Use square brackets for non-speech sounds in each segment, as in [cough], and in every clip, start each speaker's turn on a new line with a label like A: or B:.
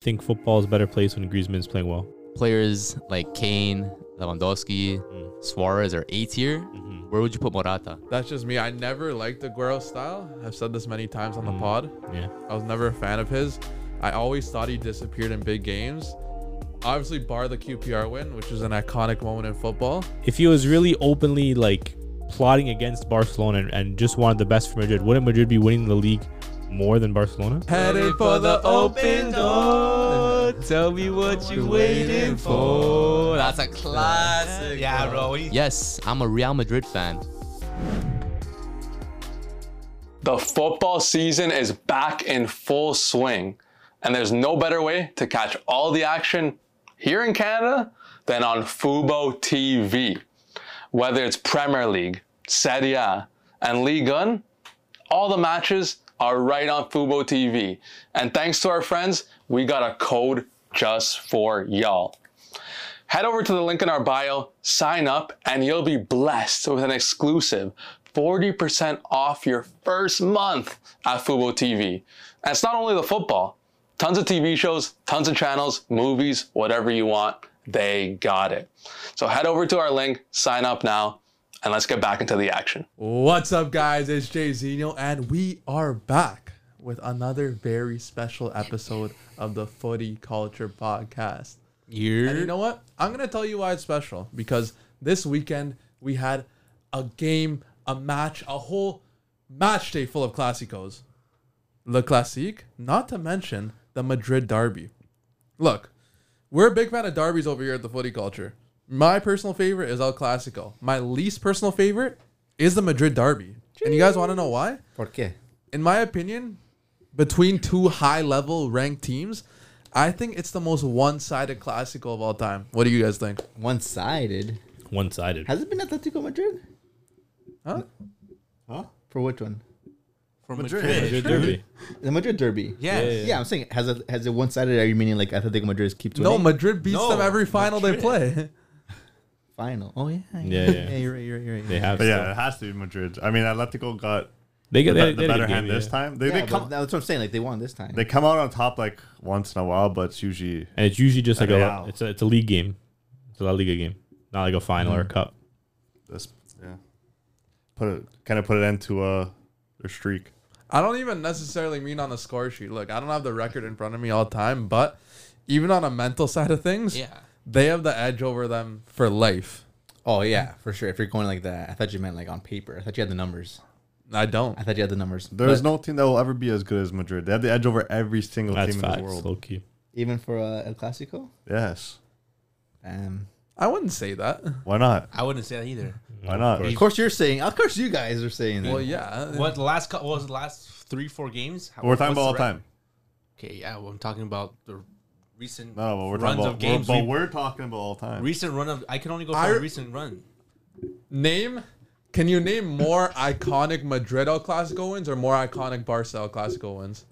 A: think football is a better place when Griezmann's playing well.
B: Players like Kane, Lewandowski,
A: Mm.
B: Suarez are A tier.
C: Mm-hmm.
A: Mhm.
B: Where would you put Morata?
D: That's just me. I never liked Aguero's style. I've said this many times on the
A: Mm.
D: pod.
A: Yeah.
D: I was never a fan of his. I always thought he disappeared in big games. Obviously, bar the QPR win, which was an iconic moment in football.
A: If he was really openly like plotting against Barcelona and, and just wanted the best for Madrid, wouldn't Madrid be winning the league more than Barcelona?
D: Headed for the open door.
B: Tell me what
D: you waiting for.
B: That's a classic.
E: Yeah, bro. What do you-
B: Yes, I'm a Real Madrid fan.
F: The football season is back in full swing, and there's no better way to catch all the action here in Canada than on Fubo TV. Whether it's Premier League, Serie A, and League One, all the matches are right on Fubo TV. And thanks to our friends, we got a code just for y'all. Head over to the link in our bio, sign up, and you'll be blessed with an exclusive 40% off your first month at Fubo TV. And it's not only the football, tons of TV shows, tons of channels, movies, whatever you want, they got it. So head over to our link, sign up now, and let's get back into the action.
D: What's up, guys? It's Jay Zeno, and we are back with another very special episode of the Footy Culture Podcast. And you know what? I'm gonna tell you why it's special because this weekend we had a game, a match, a whole match day full of clásicos, Le Classique, not to mention the Madrid derby. Look, we're a big fan of derbies over here at the footy culture. My personal favorite is El Clasico. My least personal favorite is the Madrid derby. And you guys want to know why?
E: Por qué?
D: in my opinion, between two high level ranked teams, I think it's the most one sided classical of all time. What do you guys think?
E: One sided.
A: One sided.
E: Has it been Atletico Madrid?
D: Huh?
E: Huh? For which one?
D: For
A: Madrid derby.
E: The Madrid derby.
A: Yeah, yeah, yeah.
E: Yeah, I'm saying has it has it one sided? Are you meaning like Atletico Madrid keeps
D: No,
E: winning?
D: Madrid beats
E: No,
D: them every final they play. [laughs]
E: final. Oh [laughs] yeah.
A: Yeah, yeah.
E: you're right. You're right. You're right.
A: They have.
G: But yeah,
A: Yeah.
G: it has to be Madrid. I mean, Atletico got
A: They get
G: the,
A: they,
G: be- the better hand this time. They,
E: Yeah,
G: they
E: but
G: come
E: that's what I'm saying. Like they won this time.
G: they come out on top like once in a while, but it's usually
A: And it's usually just like a
G: Real.
A: it's a it's a league game, it's a La Liga game, not like a final
G: Mm.
A: or a cup.
G: this. Yeah, put it kind of put it into uh their streak.
D: I don't even necessarily mean on the score sheet. Look, I don't have the record in front of me all the time, but even on a mental side of things,
B: Yeah.
D: they have the edge over them for life.
E: oh yeah, for sure. If you're going like that, I thought you meant like on paper. I thought you had the numbers.
D: I don't.
E: I thought you had the numbers.
G: There's
E: But
G: no team that will ever be as good as Madrid. They have the edge over every single
A: That's
G: team in
A: facts.
G: the world.
A: Low key.
E: even for uh, El Clasico.
G: Yes,
E: Um,
D: I wouldn't say that.
G: why not?
C: I wouldn't say that either.
G: Why not?
E: of course you're saying. Of course you guys are saying that.
D: Well, yeah.
C: What the last cou- what was the last three four games? How-
G: We're talking
C: what's
G: about all
C: the
G: time.
C: re- Okay, yeah, well, I'm talking about the recent
G: No, but we're
C: runs of
G: talking about.
C: games.
G: Games but
C: we-
G: we're talking about all time.
C: recent run of I can only go for
D: I-
C: a recent run.
D: Name. Can you name more iconic Madrid El Clasico wins or more iconic Barca El Clasico wins?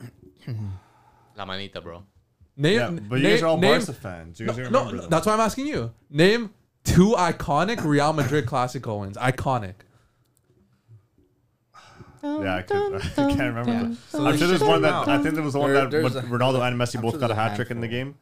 B: La Manita, bro.
D: Name,
G: yeah, but you
D: name-
G: guys are all
D: name-
G: Barca fans. You guys
D: No,
G: remember
D: no,
G: them.
D: that's why I'm asking you. Name two iconic Real Madrid Clasico wins. Iconic.
G: Yeah, I, could, [laughs] I can't remember. that.
C: So
G: I'm
C: they
G: sure there's
C: shut
G: one
C: them
G: that
C: out.
G: I think there was one
E: There-
G: that
E: there's
G: when
E: a-
G: Ronaldo and Messi
E: I'm
G: both
E: sure
G: got a
E: there's a
G: hat trick in the game.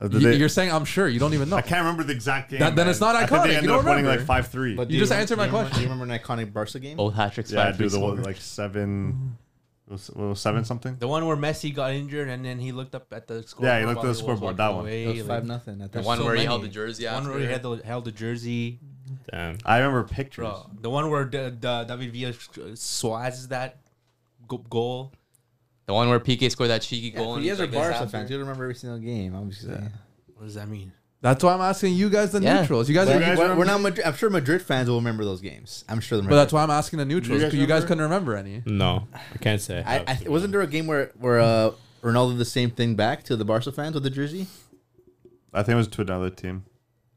G: Uh, did
D: You,
G: they-
D: you're saying I'm sure you don't even know.
G: I can't remember the exact game.
D: That- then
G: man.
D: it's not
G: I think
D: iconic.
G: they
D: You
G: ended
D: don't
G: up winning
D: remember.
G: like five three.
E: But do
D: You just
E: remem-
D: answered my
E: do you remember-
D: question.
E: do you remember an iconic Barca game?
B: Both hat tricks.
G: yeah, I
B: five
G: do
B: free
G: the one
B: scores.
G: like seven. It was, well, it was seven something.
C: The one where Messi got injured and then he looked up at the scoreboard.
G: Yeah, he looked at
C: while
G: the
C: was
G: scoreboard,
C: walking
G: that one.
C: away,
E: It was
C: like,
E: five nothing. at
B: The
E: that
B: one
E: time.
B: where he
E: So
B: held the
E: many.
B: jersey.
C: the one
B: after.
C: where he had the, held the jersey.
A: Damn.
G: I remember pictures.
C: Bro, the one where the, the David Villa sh- swats that go- goal.
B: The one where PK scored that cheeky
E: Yeah,
B: goal.
E: if
B: and
E: you
B: it's
E: guys are
B: like this
E: Barca
B: after.
E: fans. You remember every single game, obviously.
C: What does that mean?
D: That's why I'm asking you guys, the
B: Yeah.
D: neutrals. You guys,
E: But
D: are,
G: guys
E: we're,
G: remember-
E: we're not. Madrid, I'm sure Madrid fans will remember those games. I'm sure.
D: but that's why I'm asking the neutrals.
G: guys
D: 'cause You guys,
G: remember?
D: couldn't remember any.
A: No, I can't say.
E: I,
A: have.
E: I wasn't there a game where where uh, Ronaldo did the same thing back to the Barca fans with the jersey.
G: I think it was to another team.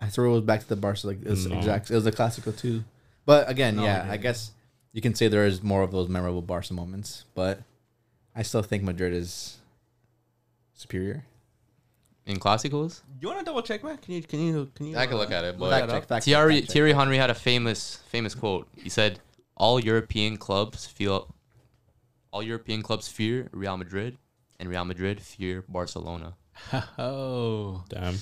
E: I throw it was back to the Barca. Like it was
A: No.
E: exact. It was a classical too. But again,
A: Oh,
C: No,
E: yeah,
C: it
E: I guess you can say there is more of those memorable Barca moments. But I still think Madrid is superior.
B: In Clásicos?
C: You want to double check, man? Can you can you can you?
B: I can look at it, but-
C: look that
E: Fact
C: up?
E: check, fact check,
B: Thierry,
E: fact check.
B: Thierry Henry had a famous famous quote. He said, "All European clubs feel, all European clubs fear Real Madrid, and Real Madrid fear Barcelona."
C: Oh,
A: Damn.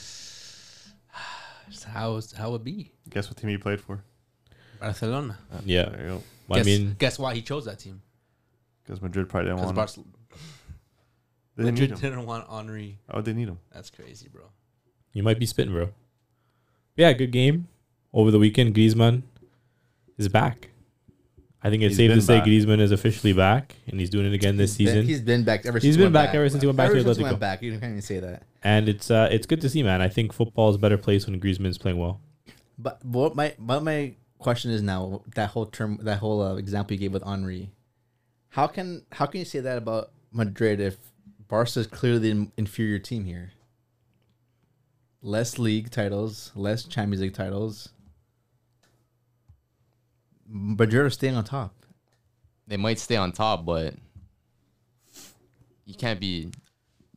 C: that's how how it be?
G: Guess what team he played for?
C: Barcelona.
E: Uh,
A: Yeah.
G: There you go.
A: I
C: guess,
A: mean,
C: guess why he chose that team?
G: Because Madrid probably didn't
C: Because
G: want him.
C: Barcelona
G: They didn't need him.
C: didn't want Henri.
G: Oh, they need him.
C: That's crazy, bro.
A: you might be spitting, bro. Yeah, good game over the weekend. Griezmann is back. I think it's
G: He's
A: safe to
G: been
A: say
G: back.
A: Griezmann is officially back, and he's doing it again this
E: Then
A: season.
E: he's been back ever.
A: He's
E: since he
A: been
E: went
A: back ever since he went back
E: Ever
A: to
E: since he
A: Atletico.
E: went back, you can't even say that.
A: and it's uh, it's good to see, man. I think football is a better place when Griezmann's playing well.
E: But what my what my question is now that whole term that whole uh, example you gave with Henri, how can how can you say that about Madrid if Barca is clearly the inferior team here? Less league titles, less Champions League titles. Madrid are staying on top.
B: They might stay on top, but you can't be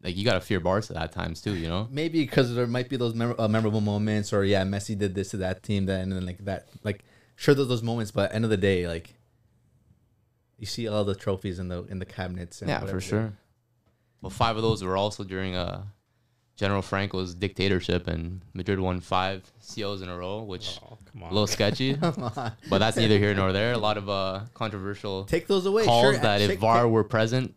B: like you gotta fear Barca at times too. You know,
E: Maybe because there might be those memor- uh, memorable moments, or yeah, Messi did this to that team, that and then like that, like sure there's those moments, but end of the day, like you see all the trophies in the in the cabinets. And whatever.
B: But five of those were also during uh, General Franco's dictatorship, and Madrid won five COs in a row, which
E: Oh,
A: come
B: a little
E: [laughs]
B: sketchy. but that's neither here nor there. A lot of uh, controversial
E: Take those away.
B: calls
E: sure,
B: that
E: take,
B: if VAR were present,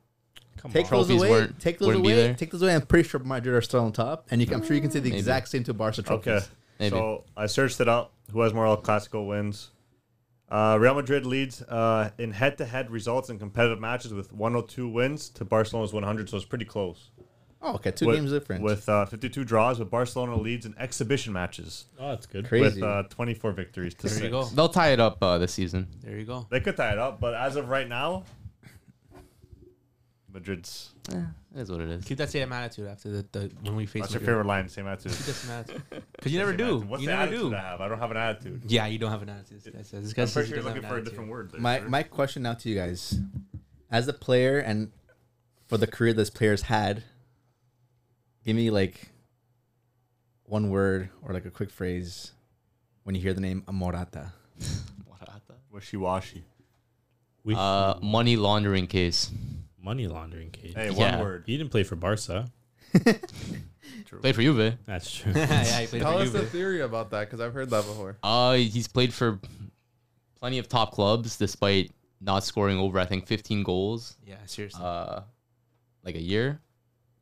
A: Come
E: take
A: on.
E: those
B: trophies
E: away,
B: weren't-
E: take those
B: wouldn't be
E: away,
B: there.
E: take those away. I'm pretty sure Madrid are still on top, and you can, I'm sure you can say the exact same to Barca trophies.
G: Okay.
B: Maybe.
G: So I searched it out. Who has more El Clasico wins? Uh, Real Madrid leads uh, in head-to-head results in competitive matches with 102 wins to Barcelona's 100, so it's pretty close.
E: Oh, okay, two
G: with,
E: games difference.
G: With uh, 52 draws, but Barcelona leads in exhibition matches
A: Oh, that's good.
E: Crazy.
G: with uh, 24 victories to
C: There
G: six.
C: you go.
B: they'll tie it up uh, this season.
C: There you go.
G: They could tie it up, but as of right now, Madrid's.
B: It is what it is.
C: Keep that same attitude after the, the when we face.
G: That's your
C: Madrid.
G: favorite line, same attitude.
C: Keep that same attitude. Because you never
G: Same
C: do.
G: attitude. What's
C: you
G: the
C: never
G: attitude
C: do.
G: I have? I don't have an attitude.
C: Yeah, you don't have an attitude. This guy says. This guy
G: I'm
C: says
G: pretty
C: he
G: sure you're
C: doesn't
G: looking
C: have
G: for
C: an
G: a different
C: attitude.
G: word. There,
E: my
G: sir.
E: my question now to you guys, as a player and for the career this player's had, give me like one word or like a quick phrase when you hear the name Morata.
G: Wishy-washy.
A: We,
B: Uh, money laundering case.
A: money laundering case.
G: Hey,
B: Yeah.
G: one word.
A: He didn't play for Barca.
B: Played for Juve.
A: That's true.
C: [laughs] yeah, he played
D: Tell
C: for
D: us the
C: Juve.
D: theory about that because I've heard that before.
B: Uh, he's played for plenty of top clubs despite not scoring over, I think, 15 goals
C: Yeah, seriously.
B: uh, like a year.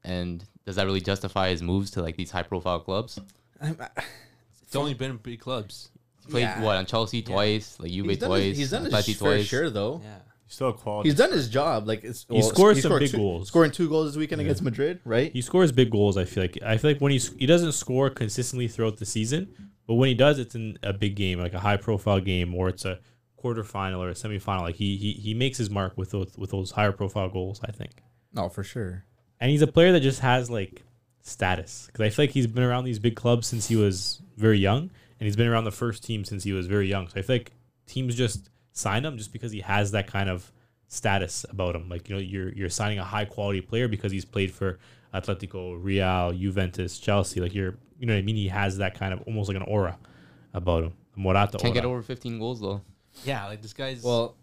B: And does that really justify his moves to like these high profile clubs?
C: it's only been in big clubs.
B: He played
E: Yeah.
B: what on Chelsea twice, like Juve
E: He's done,
B: twice,
E: his, he's done
B: Atleti
E: his fair
B: twice.
E: share though.
C: Yeah.
G: Still a quality.
E: He's done his job. Like it's,
A: He scored some
E: scored
A: big
E: two-
A: goals.
E: Scoring two goals this weekend against Madrid, right?
A: he scores big goals. I feel like I feel like when he s- he doesn't score consistently throughout the season, but when he does, it's in a big game, like a high profile game, or it's a quarterfinal or a semifinal. Like he he, he makes his mark with those with those higher profile goals. I think,
E: no, for sure.
A: and he's a player that just has like status because I feel like he's been around these big clubs since he was very young, and he's been around the first team since he was very young. So I feel like teams just sign him just because he has that kind of status about him. Like you know, you're you're signing a high quality player because he's played for Atletico, Real, Juventus, Chelsea. Like you're, you know what I mean. He has that kind of almost like an aura about him. Morata
B: Can't get
A: aura.
B: over 15 goals though.
C: Yeah, like this guy's.
E: Well,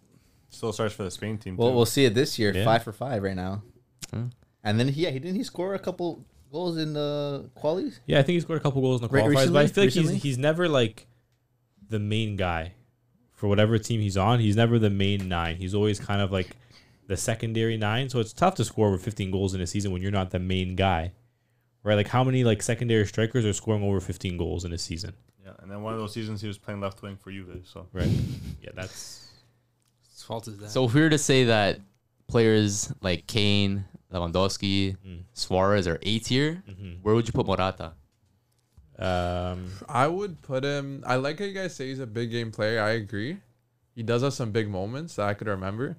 G: Still starts for the Spain team.
E: well,
G: too.
E: we'll see it this year.
A: Yeah.
E: Five for five right now. And then he, yeah, he didn't he score a couple goals in the qualies?
A: Yeah, I think he scored a couple goals in the
E: Re-
A: qualifiers, but I
E: recently?
A: feel like
E: Recently?
A: he's he's never like the main guy for whatever team he's on. He's never the main nine. He's always kind of like the secondary nine. So it's tough to score over 15 goals in a season when you're not the main guy, right? Like how many like secondary strikers are scoring over 15 goals in a season,
G: Yeah, and then one of those seasons he was playing left wing for Juve. So
A: right? yeah, that's
C: Whose fault is that?
B: So if we were to say that players like Kane, Lewandowski,
E: Mm.
B: Suarez are A tier,
E: Mm-hmm.
B: where would you put Morata?
A: um
D: I would put him. I like how you guys say he's a big game player. I agree. He does have some big moments that I could remember.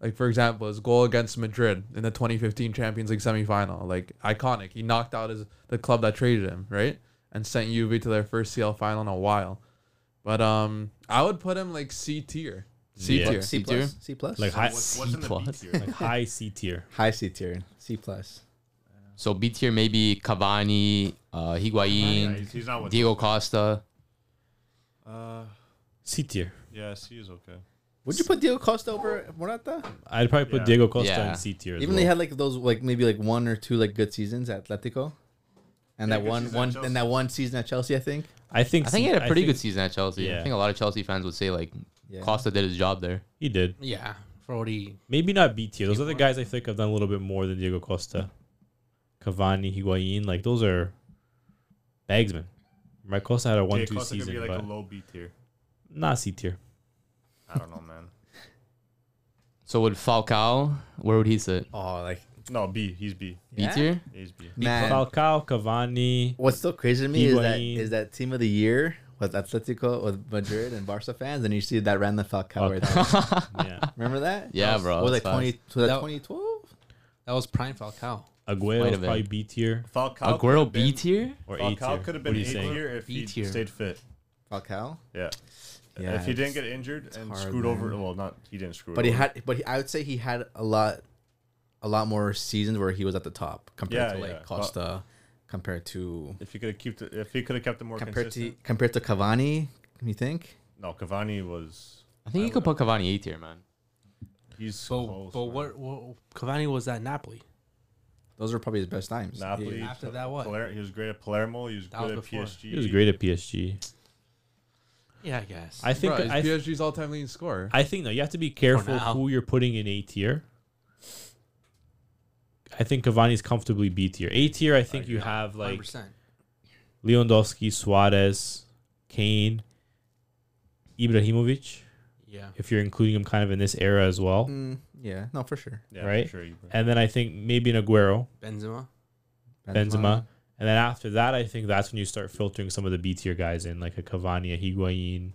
D: Like for example, his goal against Madrid in the 2015 Champions League semifinal, like iconic. He knocked out his the club that traded him, right, and sent Juve to their first CL final in a while. But um, I would put him like C tier, C
A: Yeah.
D: tier.
E: C
B: C tier?
E: plus, C plus,
A: like high
G: what's in the B
B: plus.
E: [laughs]
G: tier?
A: like high C tier.
E: high C tier, C plus.
B: So B tier maybe Cavani, uh,
G: Yeah,
B: Higuain,
G: he's, he's not with.
B: Diego Costa.
G: Uh,
A: C tier.
G: yes, he is okay.
E: Would you put Diego Costa over Morata?
A: I'd probably put
G: Yeah.
A: Diego Costa
B: Yeah.
A: in C tier. as
E: Even
A: well.
E: they had like those like maybe like one or two like good seasons at Atletico. and
H: Yeah,
E: that
H: good
E: one
H: season at
E: one
H: Chelsea.
E: and that one season at Chelsea, I think.
A: I think
B: I think he had a pretty
A: think
B: good season at Chelsea.
A: Yeah.
B: I think a lot of Chelsea fans would say like
E: Yeah.
B: Costa did his job there.
A: He did.
C: Yeah, for what he
A: Maybe not B tier. Those other guys I think have done a little bit more than Diego Costa, Cavani, Higuain. Like those are bagsmen. My Costa had a one
H: Yeah,
A: two
H: Costa could
A: season,
H: be like
A: but
H: a low B tier.
A: not C tier.
H: I don't know, man.
B: So would Falcao? Where would he sit?
E: Oh, like
H: No, B. He's B.
B: B
E: Yeah?
B: tier.
H: He's B.
E: man.
A: Falcao, Cavani.
E: What's still crazy to me is that
A: Higuain.
E: is that team of the year was Atletico with Madrid and Barca fans, and you see that random Falcao right there.
A: [laughs] Yeah,
E: Remember that?
B: Yeah,
E: That was-
B: bro,
E: Was like
B: that's
E: twenty? Was
C: That-
E: that twenty twelve?
C: that was prime Falcao.
A: Aguero
B: Might
A: is
B: have
A: probably
B: been.
A: B tier
H: Falcao.
B: Aguero
H: could've been-
B: B tier.
A: or A tier.
H: Falcao could have been
A: what are
H: A
A: you saying?
H: tier if he
C: B tier.
H: stayed fit.
E: Falcao.
H: Yeah.
E: Yeah,
H: if he didn't
E: it's-
H: get injured and
E: hard,
H: screwed over,
E: man.
H: well, not he didn't screw.
E: But
H: it
E: he
H: over.
E: had, but he, I would say he had a lot, a lot more seasons where he was at the top compared
H: Yeah,
E: to like
H: yeah. But-
E: Costa, compared to
H: If he could have kept, it- if he could have kept it more
E: compared
H: consistent.
E: to compared to Cavani. You think?
H: no, Cavani was.
B: I think you could put Cavani A tier, man.
H: He's
C: But
H: close.
C: but
H: man.
C: what, what Cavani was at Napoli.
E: Those were probably his best times.
H: Napoli.
E: Yeah.
C: After that, what?
H: Paler- he was great at Palermo. He was
C: That was
H: good at
C: before.
H: PSG.
A: He was great at PSG.
C: Yeah, I guess.
A: I think
D: Bro, he's
A: I, th-
D: PSG's all-time leading scorer.
A: I think though you have to be careful
C: now.
A: who you're putting in A tier. I think Cavani's comfortably B tier. A tier, I think you have like
C: 100%.
A: Lewandowski, Suarez, Kane, Ibrahimovic,
C: Yeah.
A: if you're including him kind of in this era as well,
E: Mm, yeah, no, for sure.
H: Yeah, for
A: right?
H: sure, he-
A: And then I think maybe an Aguero,
C: Benzema.
A: Benzema. And then after that, I think that's when you start filtering some of the B tier guys in, like a Cavani, a Higuain.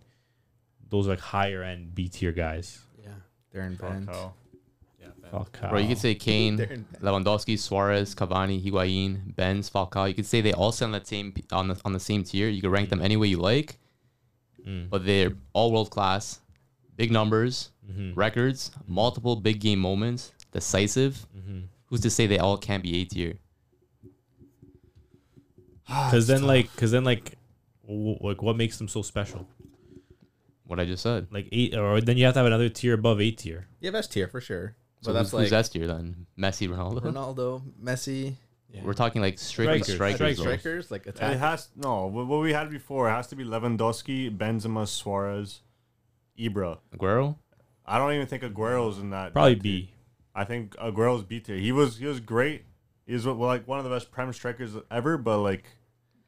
A: Those like higher end B tier guys.
C: Yeah.
E: Darren Bent.
H: Falcao.
A: Falcao.
B: Bro, you could say Kane, Lewandowski, Suarez, Cavani, Higuain, Benz, Falcao. You could say they all sit on that same p- on the on the same tier. You could rank them any way you like, but they're all world class, big numbers, records, multiple big game moments, decisive. Who's to say they all can't be A tier?
A: because
B: Ah,
A: then like because then like w- like what makes them so special?
B: What I just said.
A: Like eight or then you have to have another tier above A tier.
E: Yeah, best tier for sure.
B: So
E: But that's
B: who's, who's
E: like
B: S tier then? Messi, Ronaldo.
E: Ronaldo, Messi,
B: We're talking like strictly
A: Strikers.
B: strikers.
A: Strikers.
B: though.
E: strikers like
H: It
E: attack.
H: has no. wh- What we had before it has to be Lewandowski, Benzema, Suarez, Ibra.
B: Aguero.
H: I don't even think Aguero's in that.
A: Probably
H: tier.
A: B.
H: I think Aguero's B tier. He was he was great. He was well, like one of the best prem strikers ever. But like,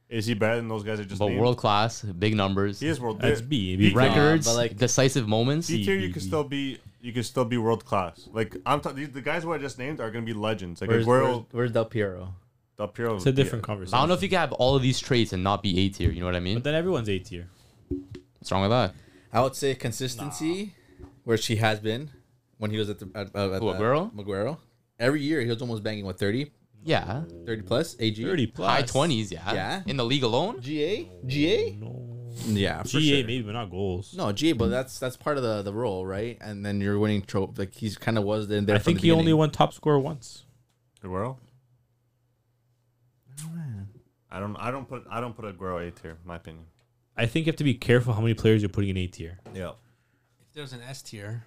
H: is he better than those guys? That just
B: But
H: named?
B: world class, big numbers,
H: He is world.
A: That's
H: B-
A: B.
H: B-
A: Right.
B: records,
E: Nah, but, like-
B: decisive moments.
H: B tier, you
A: B,
H: can
A: B.
H: still be you can still be world class. Like I'm talking, the guys who I just named are gonna be legends. Like
E: Where's,
H: Aguero,
E: where's, where's Del Piero?
H: Del Piero.
A: It's a different conversation.
B: I don't know if you can have all of these traits and not be A tier. You know what I mean?
A: But then everyone's A tier.
B: What's wrong with that?
E: I would say consistency, where she has been when he was at the at, uh, at
B: Who,
E: the-
B: Aguero?
E: Aguero. Every year he was almost banging what 30,
B: Yeah.
E: 30 plus AG.
A: Thirty plus.
B: High 20s, yeah.
E: Yeah.
B: In the league alone?
E: GA GA.
A: No.
E: Yeah, for
A: GA
E: sure.
A: maybe, but not goals.
E: No GA, but that's that's part of the the role, right? And then you're winning trophy. Like he's kind of was in there.
A: I
E: from
A: think
E: the
A: he only
E: beginning.
A: won top scorer once.
H: Aguero. I don't. I don't put. I don't put Aguero A tier. My opinion.
A: I think you have to be careful how many players you're putting in A tier.
H: Yeah.
C: If there's an S tier,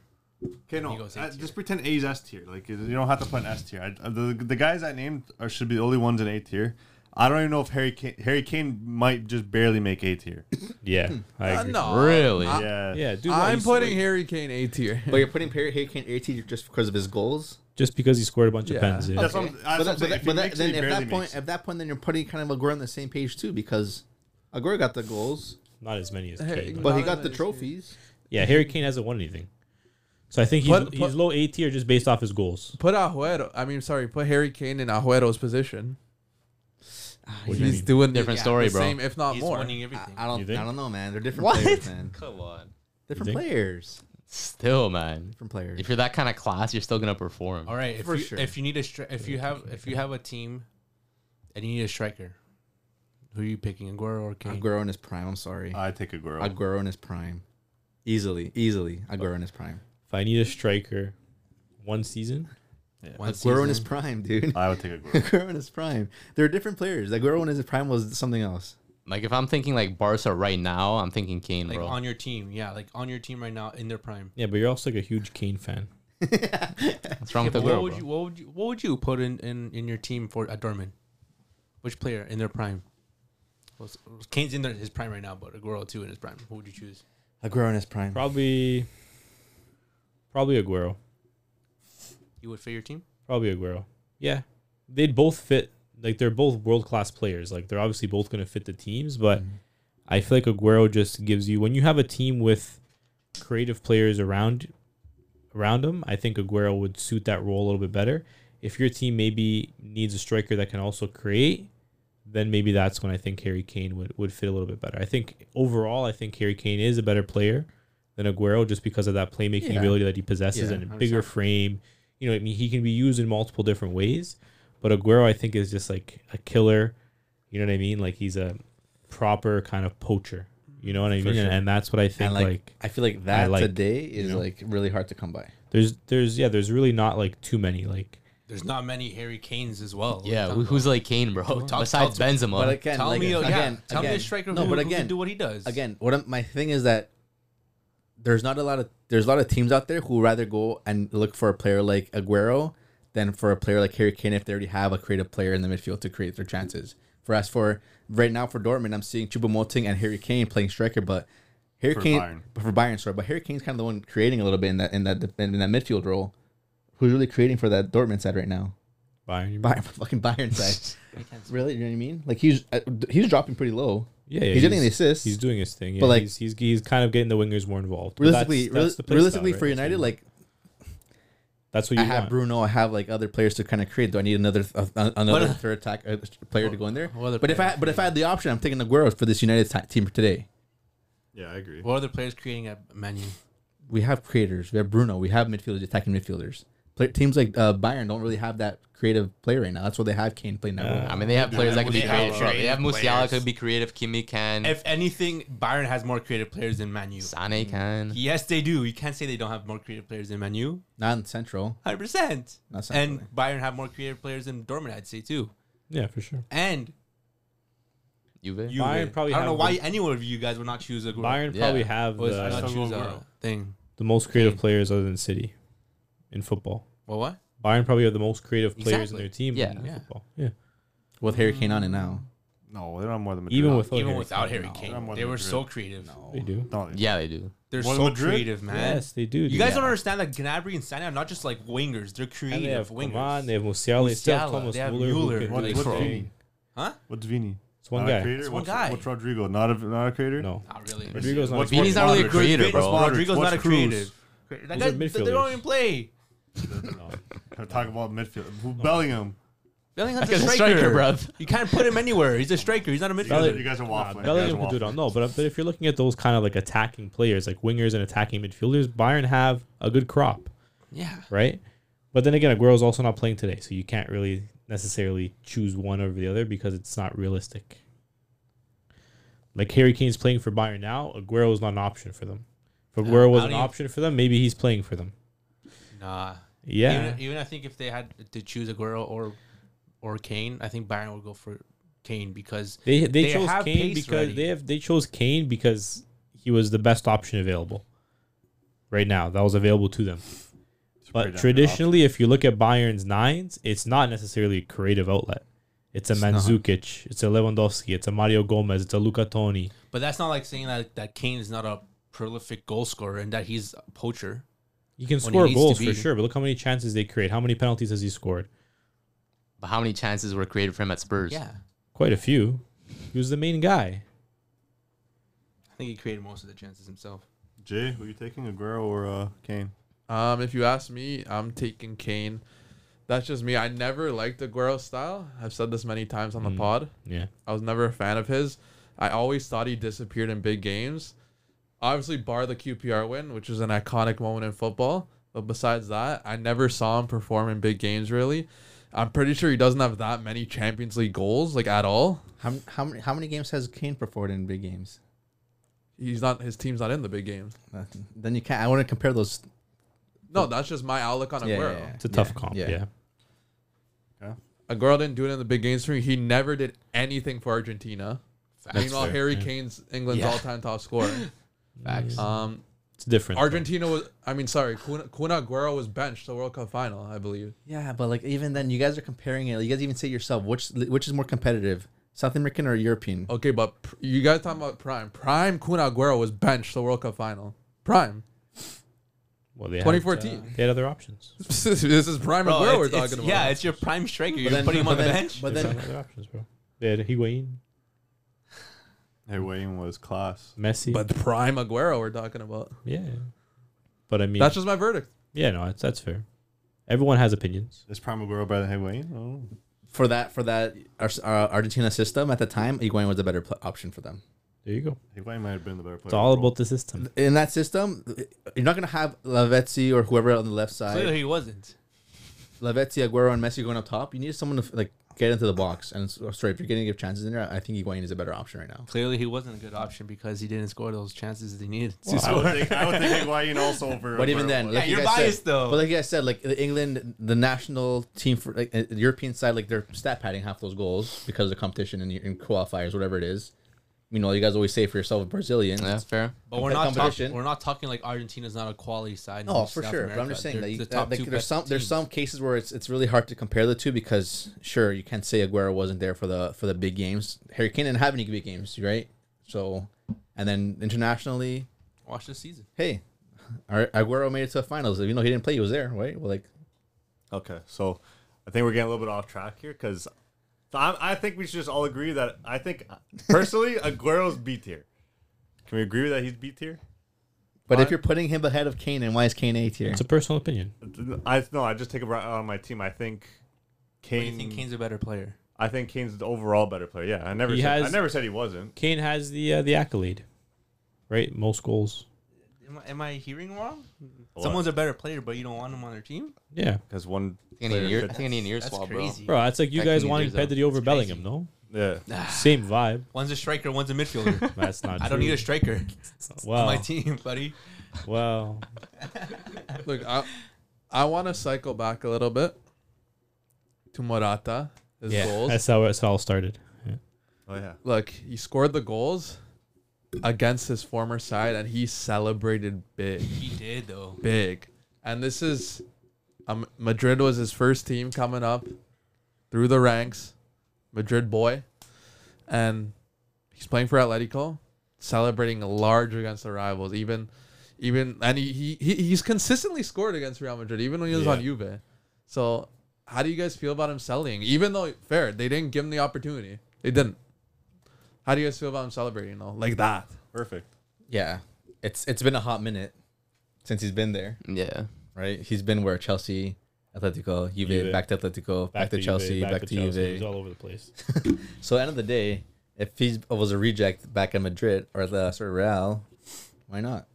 H: Okay, no.
C: He goes A
H: uh,
C: tier.
H: just pretend A is S tier. Like you don't have to put an S tier. I- uh, The, the guys I named are should be the only ones in A tier. I don't even know if Harry Kane, Harry Kane might just barely make A tier.
A: Yeah, I
D: Uh,
A: agree.
D: no,
B: Really?
H: yeah.
A: Yeah, dude. why
D: I'm
A: he's-
D: putting Harry Kane A tier. [laughs]
E: But you're putting Perry Haykin AT just because of his goals.
A: just because he scored a bunch of
D: Yeah.
A: pens. Yeah.
H: That's what I'm- that's
E: but
H: what
E: that,
H: I'm
E: but,
H: saying.
E: that,
H: If
E: but
H: he
E: that-
H: makes it,
E: then
H: he
E: at
H: barely
E: that point,
H: makes it.
E: at that point, then you're putting kind of Aguero on the same page too because Aguero got the goals,
A: Not as many as
D: Hey,
A: Kane. but-
E: but he
D: Not
E: got the
D: as-
E: trophies.
A: yeah, Harry Kane hasn't won anything. So I think he's,
D: Put-
A: he's
D: put-
A: low A tier just based off his goals.
D: Put Aguero. I mean, sorry. Put Harry Kane in Aguero's position.
A: What do you
D: He's
A: mean?
D: doing
B: Different
D: the,
B: story,
D: the
B: bro.
D: Same, if not
C: he's
D: more.
C: winning
E: I,
C: everything.
E: I don't,
A: You think?
E: I don't know, man. They're different
B: What?
E: players, man.
B: Come on.
E: Different
A: think?
E: players,
B: Still, man.
E: different players.
B: If you're that kind of class, you're still going to perform.
C: All right, if
E: For
C: you,
E: sure.
C: if you need a stri- if you have if you have a team and you need a striker, who are you picking, Aguero or Kane?
E: Aguero in his prime. I'm sorry,
H: I take Aguero.
E: Aguero in his prime, easily, easily. Aguero in his prime.
A: If I need a striker, one season.
C: One
E: Aguero in his
C: season.
E: prime, dude.
H: I would take Aguero.
E: [laughs] Aguero in his prime. They're different players. Aguero in his prime was something else.
B: Like, if I'm thinking like Barca right now, I'm thinking Kane,
C: like
B: bro.
C: on your team, yeah, like on your team right now in their prime.
A: Yeah, but you're also like a huge Kane fan.
B: What's wrong
C: Yeah,
B: with the
C: but
B: girl,
C: what would you what would you what would you put in in, in your team for at Dortmund? Which player in their prime? Well, s- Kane's in their, his prime right now, but Aguero too in his prime. Who would you choose?
E: Aguero in his prime.
A: Probably, probably Aguero.
C: You would fit your team?
A: Probably Aguero. Yeah, they'd both fit. Like they're both world class players. Like they're obviously both going to fit the teams, but I feel like Aguero just gives you when you have a team with creative players around around him. I think Aguero would suit that role a little bit better. If your team maybe needs a striker that can also create, then maybe that's when I think Harry Kane would, would fit a little bit better. I think overall, I think Harry Kane is a better player than Aguero just because of that playmaking
E: Yeah.
A: ability that he possesses
E: Yeah,
A: and a bigger frame. You know, I mean, he can be used in multiple different ways, but Aguero, I think, is just like a killer. You know what I mean? Like he's a proper kind of poacher. You know what I mean? And, and that's what I think.
E: And like,
A: like
E: I feel like that
A: like,
E: today is
A: you know?
E: like really hard to come by.
A: there's there's yeah there's really not like too many like
C: There's not many Harry Kanes as well. What are you
B: Yeah,
C: talking
B: who- who's like Kane, bro?
C: Talk-
B: Besides
C: talk-
B: Benzema.
E: But again,
C: about? Tell
E: like,
C: me, oh,
E: again,
C: yeah, tell me
E: again,
C: a striker
E: No,
C: who,
E: but
C: who
E: again,
C: can do what he does.
E: again, what I'm, my thing is that there's not a lot of there's a lot of teams out there who would rather go and look for a player like Aguero than for a player like Harry Kane if they already have a creative player in the midfield to create their chances. For as for right now for Dortmund, I'm seeing Chubamoting and Harry Kane playing striker, but Harry
H: For
E: Kane
H: Bayern.
E: but for Bayern, sorry, but Harry Kane's kind of the one creating a little bit in that in that def- in that midfield role. Who's really creating for that Dortmund side right now? [laughs]
A: Bayern. you mean?
E: Bayern, fucking Bayern side. really, you know what I mean? Like he's uh, he's dropping pretty low.
A: Yeah, yeah
E: he's getting the
A: he's-
E: assists.
A: He's doing his thing. Yeah,
E: But, like-
A: he's, he's he's kind of getting the wingers more involved. But that's-
E: realistically,
A: that's the
E: real-
A: play
E: realistically
A: style,
E: for
A: right? That's what
E: United,
A: you-
E: like
A: that's what
E: I
A: you
E: have
A: want.
E: Bruno, I have like other players to kind of create. Do I need another th- uh, another
C: What-
E: third attack uh, player to go in there?
C: what other
E: But if I
C: players?
E: but if I had the option, I'm taking Aguero for this United ti- team today.
G: Yeah, I agree.
C: What other players creating at Man U?
E: We have creators. We have Bruno. We have midfielders attacking midfielders. Play, teams like uh, Bayern don't really have that creative play right now. That's why they have Kane playing that role.
B: I mean, they have players that
H: have
B: can be creative.
H: creative
B: bro. They have Musiala
H: players.
B: could be creative. Kimi can.
C: If anything, Byron has more creative players than Man U.
B: Sane can.
C: Yes, they do. You can't say they don't have more creative players than Man U.
E: Not in central.
C: 100%.
E: Not central.
C: And Byron have more creative players than Dortmund, I'd say, too.
A: yeah, for sure.
C: And
B: Juve.
C: you.
A: Bayern probably
C: I don't know
A: have
C: why
A: the-
C: any one of you guys would not choose Aguero.
A: Bayern
B: Yeah.
A: probably have
C: was
A: the,
C: not choose a thing.
A: the most creative
C: Kane.
A: players other than City in football.
C: Well, what?
A: Bayern probably have the most creative players in
C: Exactly.
A: their team.
B: Yeah.
A: in
C: Yeah.
A: football. yeah.
E: With Harry Kane on it now.
B: Mm.
H: No, they're not more than Madrid.
A: Even with
C: Even without Harry
H: No,
C: Kane,
H: they're more
C: they
H: than
C: were
H: Madrid.
C: so creative.
A: they do.
H: No, they-
B: Yeah, they do.
C: They're
H: More
C: so
H: than Madrid?
C: creative, man.
A: Yes, they do.
C: You guys don't understand that Gnabry and Sané are not just like wingers; they're
A: And
C: creative
A: they have
C: wingers.
A: Coman, they have Musiala, they still have
C: Musiala,
A: Thomas
C: they have
A: Muller. who
C: Müller.
A: can
H: What
A: do
H: is
A: it.
H: Vini?
C: Huh?
H: What's Vini?
A: It's one
H: Not a
A: guy.
H: creator?
C: one
H: what's,
C: guy.
H: What's Rodrigo? Not a not a creator.
A: No,
C: Not really.
A: Rodrigo's not.
H: What's
A: a creator.
B: Vini's not really
H: Modric?
B: creative,
H: What's
B: bro.
H: Modric?
C: Rodrigo's
H: What's
C: not a
H: Cruz?
C: creative. That guy,
A: Those are
C: they they
A: midfielders.
C: don't even play.
H: Gotta Talk about midfield. Who- Bellingham.
C: Bellingham's
B: Like
C: a
B: a
C: striker,
B: striker, bruv.
C: You can't put him anywhere. He's a striker. He's not a
H: You guys,
C: midfielder.
H: are, you guys are waffling. You guys
A: Bellingham could
H: are
A: do it
H: waffling.
A: all. No, but but if you're looking at those kind of like attacking players, like wingers and attacking midfielders, Bayern have a good crop,
C: Yeah.
A: right? But then again, Aguero's also not playing today, so you can't really necessarily choose one over the other because it's not realistic. Like Harry Kane's playing for Bayern now, Aguero's not an option for them. If Aguero was
C: I
A: an
C: don't even-
A: option for them, maybe he's playing for them.
C: Nah.
A: Yeah,
C: Even, even I think if they had to choose Aguero or or Kane, I think Byron would go for Kane because
A: They they,
C: They
A: chose
C: have
A: Kane
C: pace
A: because
C: already.
A: they have they chose Kane because he was the best option available right now that was available to them. But traditionally, if you look at Bayern's nines, it's not necessarily a creative outlet. It's a Mandzukic, it's a Lewandowski, it's a Mario Gomez, it's a Luca Toni.
C: But that's not like saying that, that Kane is not a prolific goal scorer and that he's a poacher.
A: You can
C: he
A: score
C: needs to
A: goals for
C: be.
A: sure, but look how many chances they create. How many penalties has he scored?
B: But how many chances were created for him at Spurs?
C: Yeah.
A: Quite a few. He was the main guy.
C: I think he created most of the chances himself.
H: Jay, who are you taking, Aguero or uh, Kane?
D: Um, if you ask me, I'm taking Kane. That's just me. I never liked Aguero's style. I've said this many times on the pod.
A: Yeah,
D: I was never a fan of his. I always thought he disappeared in big games. Obviously, bar the QPR win, which was an iconic moment in football. But besides that, I never saw him perform in big games really. I'm pretty sure he doesn't have that many Champions League goals, like at all.
E: How how many how many games has Kane performed in big games?
D: He's not his team's not in the big games.
E: Nothing. Then you can't. I want to compare those.
D: No, that's just my outlook on Aguero.
E: Yeah, yeah, yeah.
A: it's a tough comp.
E: yeah.
A: yeah.
D: Aguero didn't do it in the big games for me. He never did anything for Argentina. Meanwhile, Harry Kane's England's
B: Yeah.
D: all-time top scorer.
B: [laughs] Facts.
D: Um,
A: It's different. though.
D: Argentina was. I mean, sorry, Kun, Kun Aguero was benched the World Cup final, I believe.
E: Yeah, but like even then, you guys are comparing it. You guys even say yourself, which which is more competitive, South American or European?
B: Oh,
D: Okay, but pr- you guys talking about prime? Prime Kun Aguero was benched the World Cup final. Prime [laughs]
A: Well, they had- uh,
D: 2014.
A: they had other options.
D: this is prime
B: Bro,
D: Aguero
B: it's-
D: we're
B: it's-
D: talking about.
B: Yeah, it's your prime striker. You're
E: then-
B: putting him on the
E: then-
B: bench.
E: [laughs] But
A: They had
E: then,
A: other options, bro. They had Higuain,
H: Higuain was class.
A: Messi.
D: but prime Aguero we're talking about.
A: yeah, but I mean,
D: That's just my verdict.
A: yeah, no, that's, that's fair. Everyone has opinions.
H: Is Prime Aguero better than Higuain? Oh.
E: for that for that our, our Argentina system at the time, Iguain was a better pl- option for them.
A: There you go.
H: Higuain might have been the better player.
A: It's all
H: overall.
A: about the system.
E: In that system, you're not gonna have Lavezzi or whoever on the left
C: Clearly
E: side,
C: he wasn't.
E: Lavezzi, Aguero, and Messi going up top. You need someone to like get into the box. And s- sorry, if you're getting to give chances in there, I think Iguain is a better option right now.
C: Clearly he wasn't a good option because he didn't score those chances they needed to
H: I
C: score.
H: would think, I would think Higuain also
A: [laughs]
H: over.
E: But even
H: Aguero
E: then,
H: was.
E: like
B: Yeah,
E: you
B: you're
E: guys said-
B: biased, though.
E: But like I said, like the England, the national team for like, uh, the European side, like they're stat padding half those goals because of the competition and, and qualifiers, whatever it is. You know, you guys always say for yourself, Brazilians.
B: Yeah, that's fair.
C: But we're not
E: competition.
C: talking. We're not talking like Argentina's not a quality side.
E: Oh,
C: in
E: for
C: South
E: sure. But I'm just
C: America.
E: saying
C: They're
E: that you,
C: the
E: that,
C: top
E: like,
C: two
E: there's
C: best
E: some there's
C: teams.
E: some cases where it's it's really hard to compare the two because sure you can't say Aguero wasn't there for the for the big games. Harry Kane didn't have any big games, right? So, and then internationally,
C: Watch this season.
E: hey, our, Aguero made it to the finals. Even though he didn't play, he was there, right? Well, like
H: Okay, so I think we're getting a little bit off track here because I, I think we should just all agree that I think personally [laughs] Aguero's B tier. Can we agree that he's B tier?
E: But if you're putting him ahead of Kane, and why is Kane A tier?
A: It's a personal opinion.
H: I no, I just take it right out on my team. I think
C: Do
H: Kane.
C: you think Kane's a better player?
H: I think Kane's the overall better player. Yeah, I never.
A: He
H: Said, I
A: has-
H: never said he wasn't.
A: Kane has the uh, the accolade, right? Most goals.
C: Am I, am I hearing wrong? Someone's a better player, but you don't want him on their team.
A: Yeah,
H: Because one.
B: I think I need
H: player
B: an ear, I
H: fits-
B: think I need an ear
C: That's
B: swab, bro.
C: crazy.
A: bro, that's like you
B: Back
A: guys
B: in the
A: wanting
B: years, though.
A: Pedri over
C: uh, It's crazy.
A: Bellingham, no?
H: Yeah.
A: Same vibe.
C: One's a striker, one's a midfielder.
A: That's not.
C: [laughs] I don't
A: true.
C: need a striker [laughs] on my
A: Wow.
C: team, buddy.
A: Wow.
C: [laughs]
D: Look, I I want to cycle back a little bit to Morata. His
A: Yeah,
D: goals.
A: that's how it all started. Yeah.
H: Oh yeah.
D: Look, he scored the goals against his former side, and he celebrated big.
C: He did though.
D: big. And this is um, Madrid was his first team coming up through the ranks, Madrid boy, and he's playing for Atletico, celebrating large against the rivals. Even, even, and he, he he- he's consistently scored against Real Madrid, even when he was on Juve. So, how do you guys feel about him celebrating? Even though fair, they didn't give him the opportunity. They didn't. How do you guys feel about him celebrating though, like that?
H: Perfect.
E: Yeah, it's it's been a hot minute since he's been there,
B: Yeah.
E: right? He's been where Chelsea, Atletico, Juve,
A: Juve.
E: back to Atletico, back, to
A: Juve,
E: Chelsea, back, to,
A: Chelsea.
E: Juve.
A: He's all over the place.
E: So end of the day, if he was a reject back in Madrid or the sorry, Real, why not?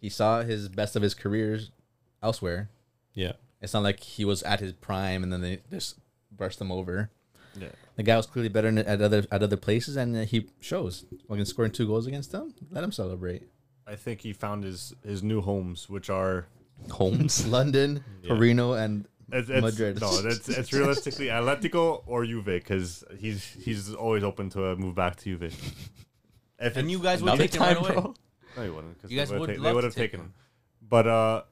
E: He saw his best of his careers elsewhere.
A: Yeah.
E: It's not like he was at his prime and then they just brushed him over.
H: Yeah.
E: The guy was clearly better in- at other at other places, and he shows. Fucking scoring two goals against them, let him celebrate.
H: I think he found his his new homes, which are
B: Holmes.
E: [laughs] London, Torino, and
H: It's, it's,
E: Madrid.
H: No, that's it's [laughs] realistically Atletico or Juve because he's he's always open to uh, move back to Juve. If
C: And
H: it's-
C: you guys would
B: Another
C: take him right
B: time,
C: away.
B: bro.
H: no, he wouldn't. 'cause
C: you guys
H: they
C: would
H: would
C: love
H: they
C: to
H: would have
C: take
H: taken him.
C: him.
H: but uh,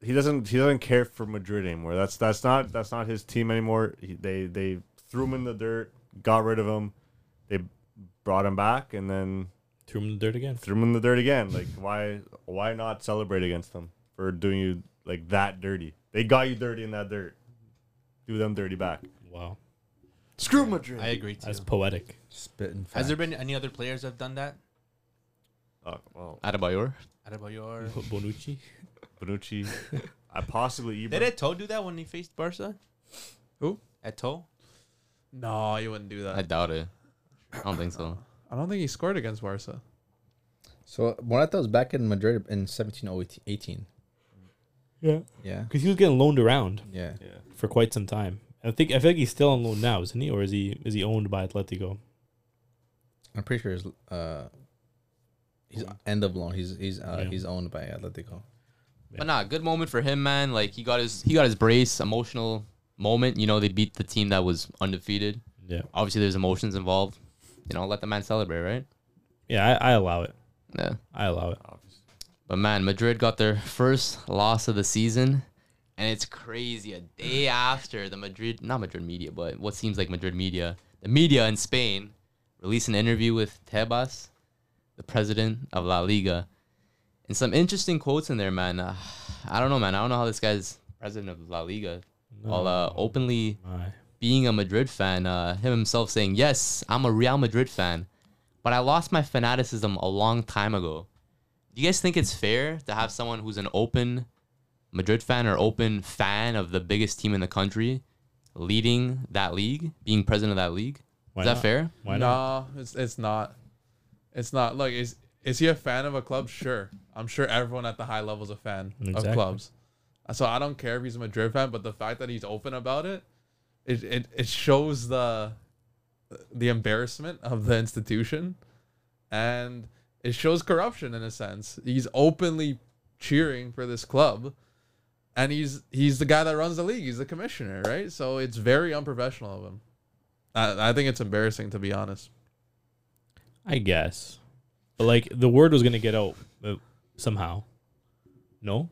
H: he doesn't he doesn't care for Madrid anymore. That's that's not that's not his team anymore. He, they they threw him in the dirt, got rid of him, they brought him back, and then
A: Threw him in the dirt again.
H: threw him in the dirt again.
C: [laughs]
H: Like why why not celebrate against them for doing you like that dirty? They got you dirty in that dirt. Do them dirty back.
A: Wow.
H: Screw Madrid.
C: I agree too.
A: That's
E: [laughs]
A: poetic.
E: spitting.
C: Has there been any other players that have done that?
H: Oh, well,
B: Adebayor.
C: [laughs] Adebayor.
A: Bonucci.
C: [laughs]
H: Bonucci, I possibly
C: Did
H: Ibra.
C: Eto do that when he faced Barca?
D: Who?
C: Eto?
D: No, you wouldn't do
B: I
D: that.
B: doubt it. I don't think so.
D: I don't think he scored against Barca.
E: So Morata was back in Madrid in 1718.
A: Yeah.
E: Yeah,
A: Because he was getting loaned around
E: yeah.
A: for quite some time. I think I feel like he's still on loan now, isn't he? Or is he is he owned by Atletico?
E: I'm pretty sure he's uh, he's end of loan. He's he's uh,
A: Yeah.
E: he's owned by Atletico.
B: But nah, good moment for him, man. Like he got his he got his brace, emotional moment. You know, they beat the team that was undefeated.
A: Yeah.
B: Obviously there's emotions involved. You know, let the man celebrate, right?
A: Yeah, I, I allow it.
B: Yeah.
A: I allow it.
B: But man, Madrid got their first loss of the season, and it's crazy. A day after the Madrid, not Madrid media, but what seems like Madrid media, the media in Spain released an interview with Tebas, the president of La Liga, and some interesting quotes in there, man. Uh, I don't know, man. I don't know how this guy's president of La Liga, while uh, openly
A: My.
B: being a Madrid fan, uh, him himself saying, "Yes, I'm a Real Madrid fan, but I lost my fanaticism a long time ago." Do you guys think it's fair to have someone who's an open Madrid fan or open fan of the biggest team in the country leading that league, being president of that league?
A: Why
B: Is that
A: not?
B: fair?
A: Why not?
D: nah, it's it's not. It's not. Look, is is he a fan of a club? Sure. I'm sure everyone at the high level's a fan
A: Exactly.
D: of clubs. So I don't care if he's a Madrid fan, but the fact that he's open about it, it it, it shows the the embarrassment of the institution and it shows corruption in a sense. He's openly cheering for this club and he's he's the guy that runs the league. He's the commissioner, right? So it's very unprofessional of him. I, I think it's embarrassing to be honest.
A: I guess. But like the word was gonna get out uh, somehow. No,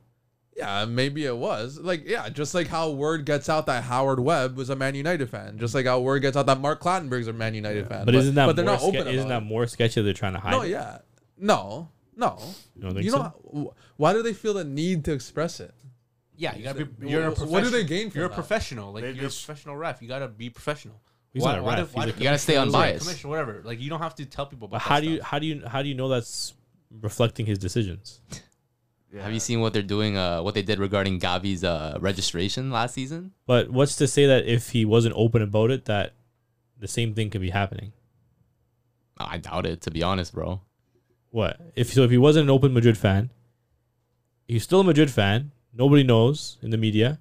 D: Yeah, maybe it was. Like, yeah, just like how word gets out that Howard Webb was a Man United fan. Just like how word gets out that Mark Clattenburg's a Man United fan.
A: but, isn't that
D: but they're
A: more
D: not
A: ske-
D: open
A: isn't that
D: about
A: more sketchy? that They're trying to
D: it.
A: hide.
D: No,
A: it?
D: yeah. No. No.
A: You don't think
D: You
A: so?
D: know how- wh- why do they feel the need to express it?
C: Yeah, you gotta be.
D: Wh-
C: You're a
D: what do
C: profession-
D: they gain from
C: You're
D: that?
C: a professional. Like
G: They
C: you're a
G: just-
C: professional ref. You gotta be professional.
A: He's not a
C: do-
A: ref, he's
C: do
A: a
B: You gotta stay
C: commissioners-
B: unbiased.
C: Commissioner, whatever. Like you don't have to tell people.
A: But
C: About
A: how
C: that
A: do you
C: stuff.
A: how do you how do you know that's reflecting his decisions?
B: Have you seen what they're doing? Uh, what they did regarding Gavi's uh, registration last season?
A: But what's to say that if he wasn't open about it, that the same thing could be happening?
B: Oh, I doubt it, to be honest, bro.
A: What if so? If he wasn't an open Madrid fan, he's still a Madrid fan. Nobody knows in the media,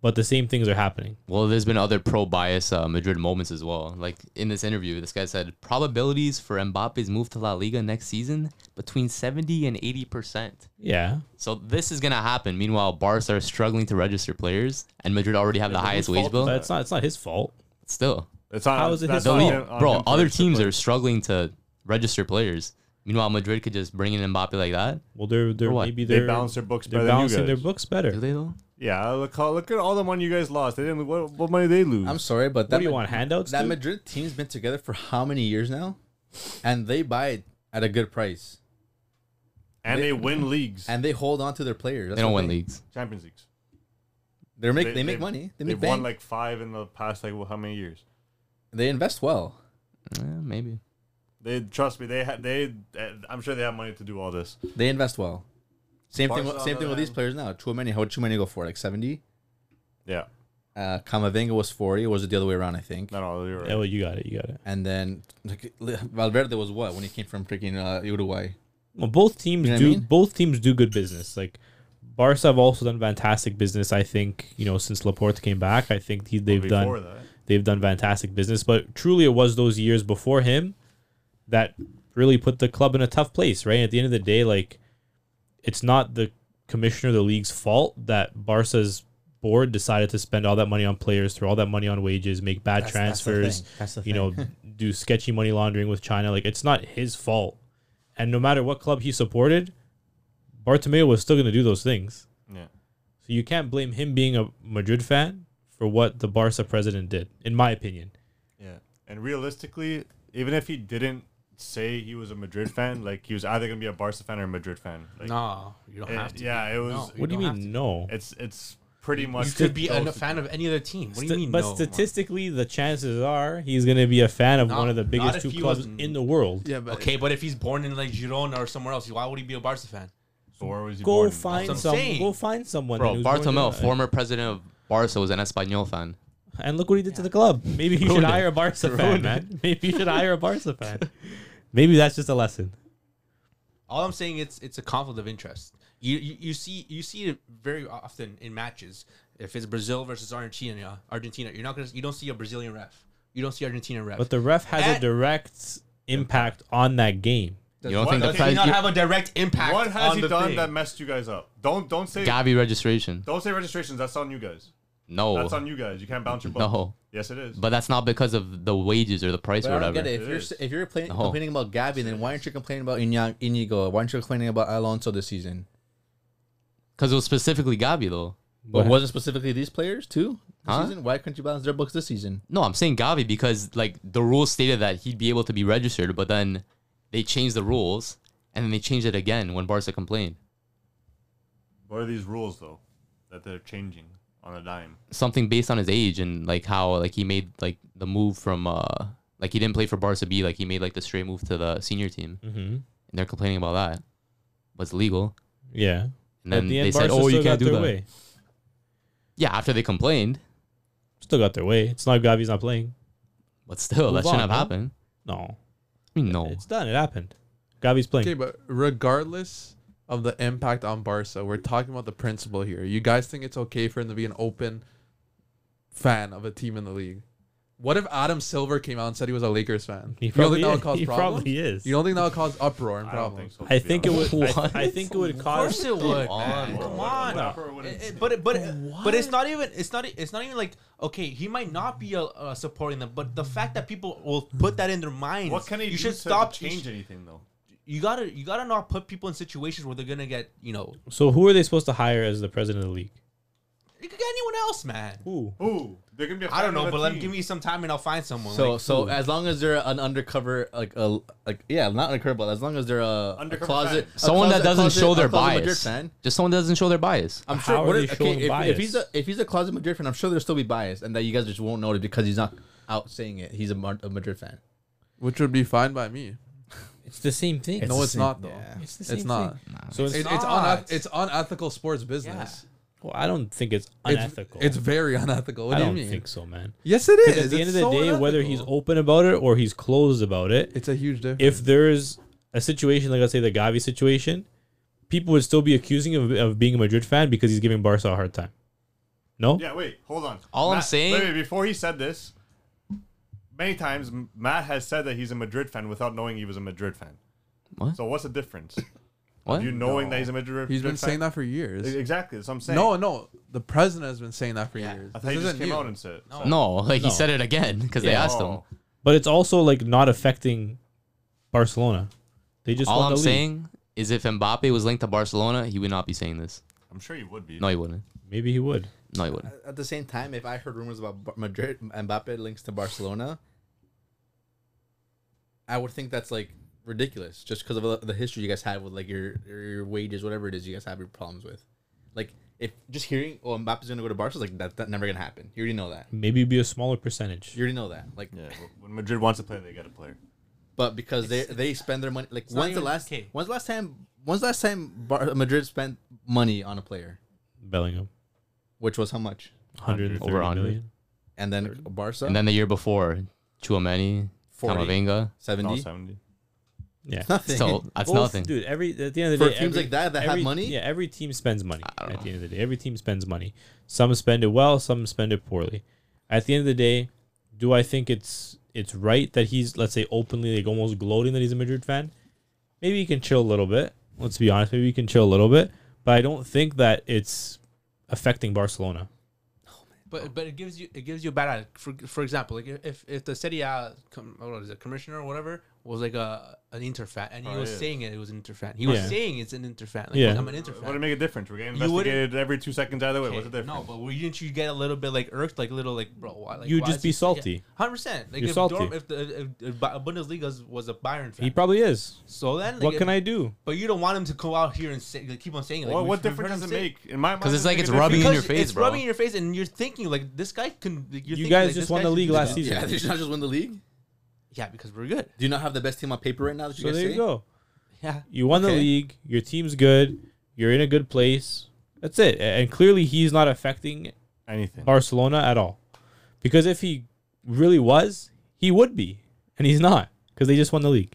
A: but the same things are happening.
B: Well, there's been other pro bias uh, Madrid moments as well. Like in this interview, this guy said probabilities for Mbappe's move to La Liga next season between 70 and 80 percent.
A: Yeah,
B: So this is gonna happen. Meanwhile, Barca are struggling to register players, and Madrid already have the highest wage bill.
A: but it's not it's not his fault.
B: Still,
H: It's not,
A: How is it
H: that's
A: his
H: not
A: fault?
H: on him- on
B: bro,
H: him for
B: other
H: it,
B: teams
H: but-
B: are struggling to register players. Meanwhile, Madrid could just bring in Mbappe like that.
A: Well, they're they're
B: For what?
A: maybe
H: They
A: they're
H: balance their books
A: they're
H: better than you
A: balancing their
H: guys.
A: books
B: Do
A: better.
B: they though?
H: Yeah, look how look at all the money you guys lost. They didn't. What, what money they lose?
E: I'm sorry, but that
A: Hmm. do you
E: Ma-
A: want, handouts,
E: That
A: dude?
E: Madrid team's been together for how many years now, and they buy it at a good price,
H: and they, win leagues,
E: and they hold on to their players. That's
B: They don't
E: the
B: win
E: thing.
B: leagues.
H: Champions leagues.
E: They're make they, make
H: they've-
E: money. They
H: they've
E: make
H: won
E: bank.
H: like five in the past like well, how many years?
E: they invest well.
B: Eh, maybe.
H: They trust me. They had they. uh, I'm sure they have money to do all this.
E: They invest well. Same thing.
H: Barca
E: with-
H: on
E: Same
H: the
E: thing with these
H: other
E: players now. Chouameni, how would Chouameni go for? Like seventy.
H: Yeah.
E: Uh, Kamavinga was forty. Or was it the other way around? I think.
H: No, no, you're right.
A: Yeah, well, you got it, you got it.
E: And then like, [laughs] Valverde was what when he came from freaking uh, Uruguay.
A: Well, both teams
E: You know what I
A: do
E: mean?
A: both teams do good business. Like Barca have also done fantastic business. I think you know since Laporte came back, I think he, they've done
H: Before that,
A: they've done fantastic business. But truly, it was those years before him that really put the club in a tough place. Right at the end of the day, like it's not the commissioner, of the league's fault that Barca's board decided to spend all that money on players, throw all that money on wages, make bad
E: That's- that's the
A: transfers,
E: thing. That's the
A: you know,
E: thing. [laughs]
A: do sketchy money laundering with China. Like it's not his fault. And no matter what club he supported, Bartomeu was still going to do those things.
H: yeah.
A: So you can't blame him being a Madrid fan for what the Barca president did, in my opinion.
H: Yeah. And realistically, even if he didn't say he was a Madrid fan, like he was either gonna be a Barca fan or a Madrid fan. Like,
C: No, you
D: Eh,
C: don't
H: it-
C: have to.
H: yeah, it was-
C: No,
H: What
A: What do you
C: don't have
A: mean? No.
H: it's it's pretty much.
C: to. You could be
H: close
C: a
H: to-
C: fan of any other team. What do you
A: Sti-
C: mean?
A: but
C: no?
A: statistically, the chances are he's going to be a fan of
C: Not-
A: one of the
C: not
A: biggest
C: if
A: two
C: he
A: clubs
C: wasn't-
A: in the world.
D: Yeah, but
C: Okay, but if he's born in like Girona or somewhere else, why would he be a Barca fan?
H: So where was he born?
A: Go find
C: That's
A: some.
C: what I'm saying.
A: Go find someone.
B: Bro,
A: who's born
B: Bartomeu,
A: there.
B: former president of Barca, was an Espanol fan.
A: And look what he did to the
B: [laughs]
A: club. Maybe you should
B: Ruined it.
A: hire a Barca fan, man. Maybe you should hire a
B: [laughs]
A: Barca fan. Maybe that's just a lesson.
C: All I'm saying it's it's a conflict of interest. You, you you see you see it very often in matches. If it's Brazil versus Argentina, Argentina, you're not gonna you don't see a Brazilian ref. You don't see Argentina ref.
A: But the ref has a
C: That-
A: direct impact on that game.
B: You don't think the
H: Does
C: does he not
B: president
C: have a direct impact?
H: What has
C: on
H: he
C: the
H: done
C: thing?
H: that messed you guys up? Don't don't say
B: Gavi registration?
H: don't say registrations. That's on you guys.
B: No,
H: That's on you guys. You can't
B: [laughs]
H: bounce your ball.
B: Oh. no.
H: Yes, it is.
B: But that's not because of the wages or the price
E: But
B: or
E: I don't
B: whatever.
E: get it. If
H: It
E: you're
H: is.
E: if you're playing,
B: No.
E: complaining about Gabby, then why aren't you complaining about Iñak, Inigo? Why aren't you complaining about Alonso this season?
B: Because it was specifically Gabi though.
E: But wasn't specifically these players too? This
B: Huh?
E: season, why couldn't you balance their books this season?
B: No, I'm saying Gavi because like the rules stated that he'd be able to be registered, but then they changed the rules and then they changed it again when Barca complained.
H: what are these rules though that they're changing on a dime?
B: Something based on his age and like how like he made like the move from uh like he didn't play for Barca B, like he made like the straight move to the senior team. And
A: Mm-hmm.
B: they're complaining about that. But it's legal.
A: Yeah.
B: And then
A: At
B: they said,
A: Barca
B: Oh,
A: still
B: you
A: got
B: can't do
A: their
B: that.
A: Way.
B: Yeah, after they complained,
A: Still got their way. It's not Gavi's not playing.
B: but still
A: Move
B: that shouldn't
A: on,
B: have
A: no?
B: happened.
A: No,
B: I mean no.
A: it's done. It happened. Gavi's playing.
D: Okay, but regardless of the impact on Barca, we're talking about the principle here. You guys think it's okay for him to be an open fan of a team in the league? What if Adam Silver came out and said he was a Lakers fan?
A: He
D: you don't
A: probably
D: think
A: is. [laughs]
D: that would cause
A: He
D: problems?
A: probably is.
D: You don't think that would cause uproar and
H: I don't
D: problems?
H: think so. to
A: I
H: be
A: think it
H: honest.
A: would. I,
B: What?
A: I think it would
C: Of
A: cause.
C: course it would.
B: Come
C: man.
B: on.
C: Come on.
H: Whatever, whatever.
C: It- it- but it, but it- but it's not even it's not it's not even like okay he might not be uh, uh, supporting them but the fact that people will put that in their minds
H: What can he
C: you
H: do
C: should
H: to
C: stop
H: change
C: you, sh-
H: anything though?
C: you gotta you gotta not put people in situations where they're gonna get you know
A: So who are they supposed to hire as the president of the league?
C: you could get anyone else man
A: Who?
H: Ooh, they're gonna be. a
C: I don't
H: fan of
C: know
H: the
C: but let give
H: team.
C: me some time and I'll find someone
E: So
C: like,
E: so
C: ooh.
E: as long as they're an undercover like a like yeah not undercover but as long as they're a, a
H: Undercover
E: closet
H: fan.
E: a
B: Someone that
E: closet-
B: doesn't
E: closet-
B: show
E: a
B: their
E: closet Madrid
B: bias.
E: fan.
B: Just someone that doesn't show their bias.
E: I'm
A: How
E: sure.
A: are
E: What
A: they
E: if, okay,
A: showing
E: if, if
A: bias?
E: he's a if he's a closet Madrid fan, I'm sure there'll still be bias, and that you guys just won't notice because he's not out saying it. He's a, Mar- a Madrid fan.
D: Which would be fine by me.
A: It's the same thing.
D: no,
E: the
D: it's
E: same-
D: not though.
E: yeah.
A: It's the
D: It's not.
A: So it's,
D: It- it's
C: not.
D: uneth- it's unethical sports business.
A: well, I don't think it's
D: It's-
A: unethical.
D: It's, very unethical. What
A: I
D: do
A: don't
D: you mean?
A: think so, man.
D: Yes, it
A: 'Cause
D: is.
A: At the end
D: It's
A: of the
D: so
A: day, whether he's
D: unethical.
A: open about it or he's closed about it,
D: it's a huge difference.
A: if there's a situation like let's say the Gavi situation, people would still be accusing him of, of being a Madrid fan because he's giving Barca a hard time. No,
H: Yeah, wait, hold on.
B: All I'm saying-
H: Wait, wait, before he said this, many times M- Matt has said that he's a Madrid fan without knowing he was a Madrid fan.
B: What?
H: So what's the difference?
B: [laughs] What?
H: You knowing that he's a Madrid.
D: He's been saying that for
H: E-
D: years.
H: Exactly, that's what I'm saying.
D: No, no. The president has been saying that for years.
H: I
D: This
H: thought he just
D: isn't
H: came
D: new.
H: out and said. it. So-
B: No, [laughs] like
A: Oh. No.
B: he said it again because they asked him.
H: Oh.
A: but it's also like not affecting Barcelona. They just
B: All
A: won
B: I'm
A: the league.
B: saying is if Mbappe was linked to Barcelona, he would not be saying this.
H: I'm sure he would be.
B: No, he wouldn't.
A: Maybe he would.
B: No, he wouldn't.
E: At the same time, if I heard rumors about Bar- Madrid Mbappe links to Barcelona, I would think that's like ridiculous, just because of the- the history you guys have with like your your wages, whatever it is you guys have your problems with. Like if just hearing oh Mbappe's gonna go to Barca, like that that never gonna happen. You already know that.
A: Maybe it'd be a smaller percentage.
E: You already know that. Like,
H: Yeah, wh- when Madrid wants a player, they get a player.
E: but because they they spend their money. Like
C: not
E: when's the
C: even-
E: last?
C: okay.
E: When's the last time? When's the last time Bar- Madrid spent money on a player?
A: Bellingham,
E: Which was how much?
A: 130
B: Over 100.
A: million.
E: And then Barca
B: And then the year before, Chuameni,
A: [laughs]
E: 40.
B: Camavinga.
H: No,
E: 70.
H: 70.
A: Yeah.
E: Nothing.
B: So that's
A: Both-
B: nothing.
A: dude. Every at the end of the
E: For
A: day,
E: teams
A: every-
E: like that that have
A: every-
E: money?
A: yeah, every team spends money.
B: I
A: At
B: don't
A: the end of the day, every team spends money. Some spend it well, some spend it poorly. At the end of the day, do I think it's it's right that he's let's say openly like almost gloating that he's a Madrid fan? Maybe he can chill a little bit. Let's be honest. Maybe he can chill a little bit, but I don't think that it's affecting Barcelona.
C: But but it gives you it gives you a bad eye. For for example, like if if the city uh com, what is it, commissioner or whatever was like a an Inter fan and he
H: Oh,
C: was saying it, it was an Inter fan. He was
A: Yeah.
C: saying it's an Inter fan. Like,
A: Yeah.
C: I'm an Inter
H: It wouldn't
C: fan.
H: make a difference. We're getting
C: You wouldn't-
H: investigated every two seconds either way.
C: Okay,
H: What's the difference?
C: No, but were- didn't you get a little bit like irked, like little like bro? Why, like,
A: You'd
C: why
A: just
C: is
A: be
C: he- yeah,
A: salty.
C: Hundred percent. Like
A: You're
C: if
A: salty.
C: Dorm, if the if, if Ba- Bundesliga was a Bayern fan,
A: He probably is.
C: so then like,
A: What
C: if-
A: can I do?
C: But you don't want him to go out here and say, like, keep on saying it. Like,
H: Well,
C: we've-
H: what
C: we've heard
H: difference does it
C: him say
H: make? In my mind,
B: Because it's
H: doesn't
B: like
H: make
B: it's
H: a difference.
B: rubbing in your
C: Because
B: face,
C: it's rubbing
B: bro.
C: in your face, and you're thinking like this guy can. You're
A: You
C: thinking,
A: guys
C: like,
A: just
C: this
A: won
C: guy
A: the
C: can
A: league
C: do
A: last
C: that.
A: season.
E: [laughs] Yeah, did you not just win the league?
C: Yeah, because we're good.
E: Do you not have the best team on paper right now that you
A: So
E: guys
A: there
E: say?
A: you go.
C: Yeah,
A: You won the
C: Okay.
A: league. Your team's good. You're in a good place. That's it. A- And clearly, he's not affecting
H: anything.
A: Barcelona at all. Because if he really was, he would be. And he's not because they just won the league.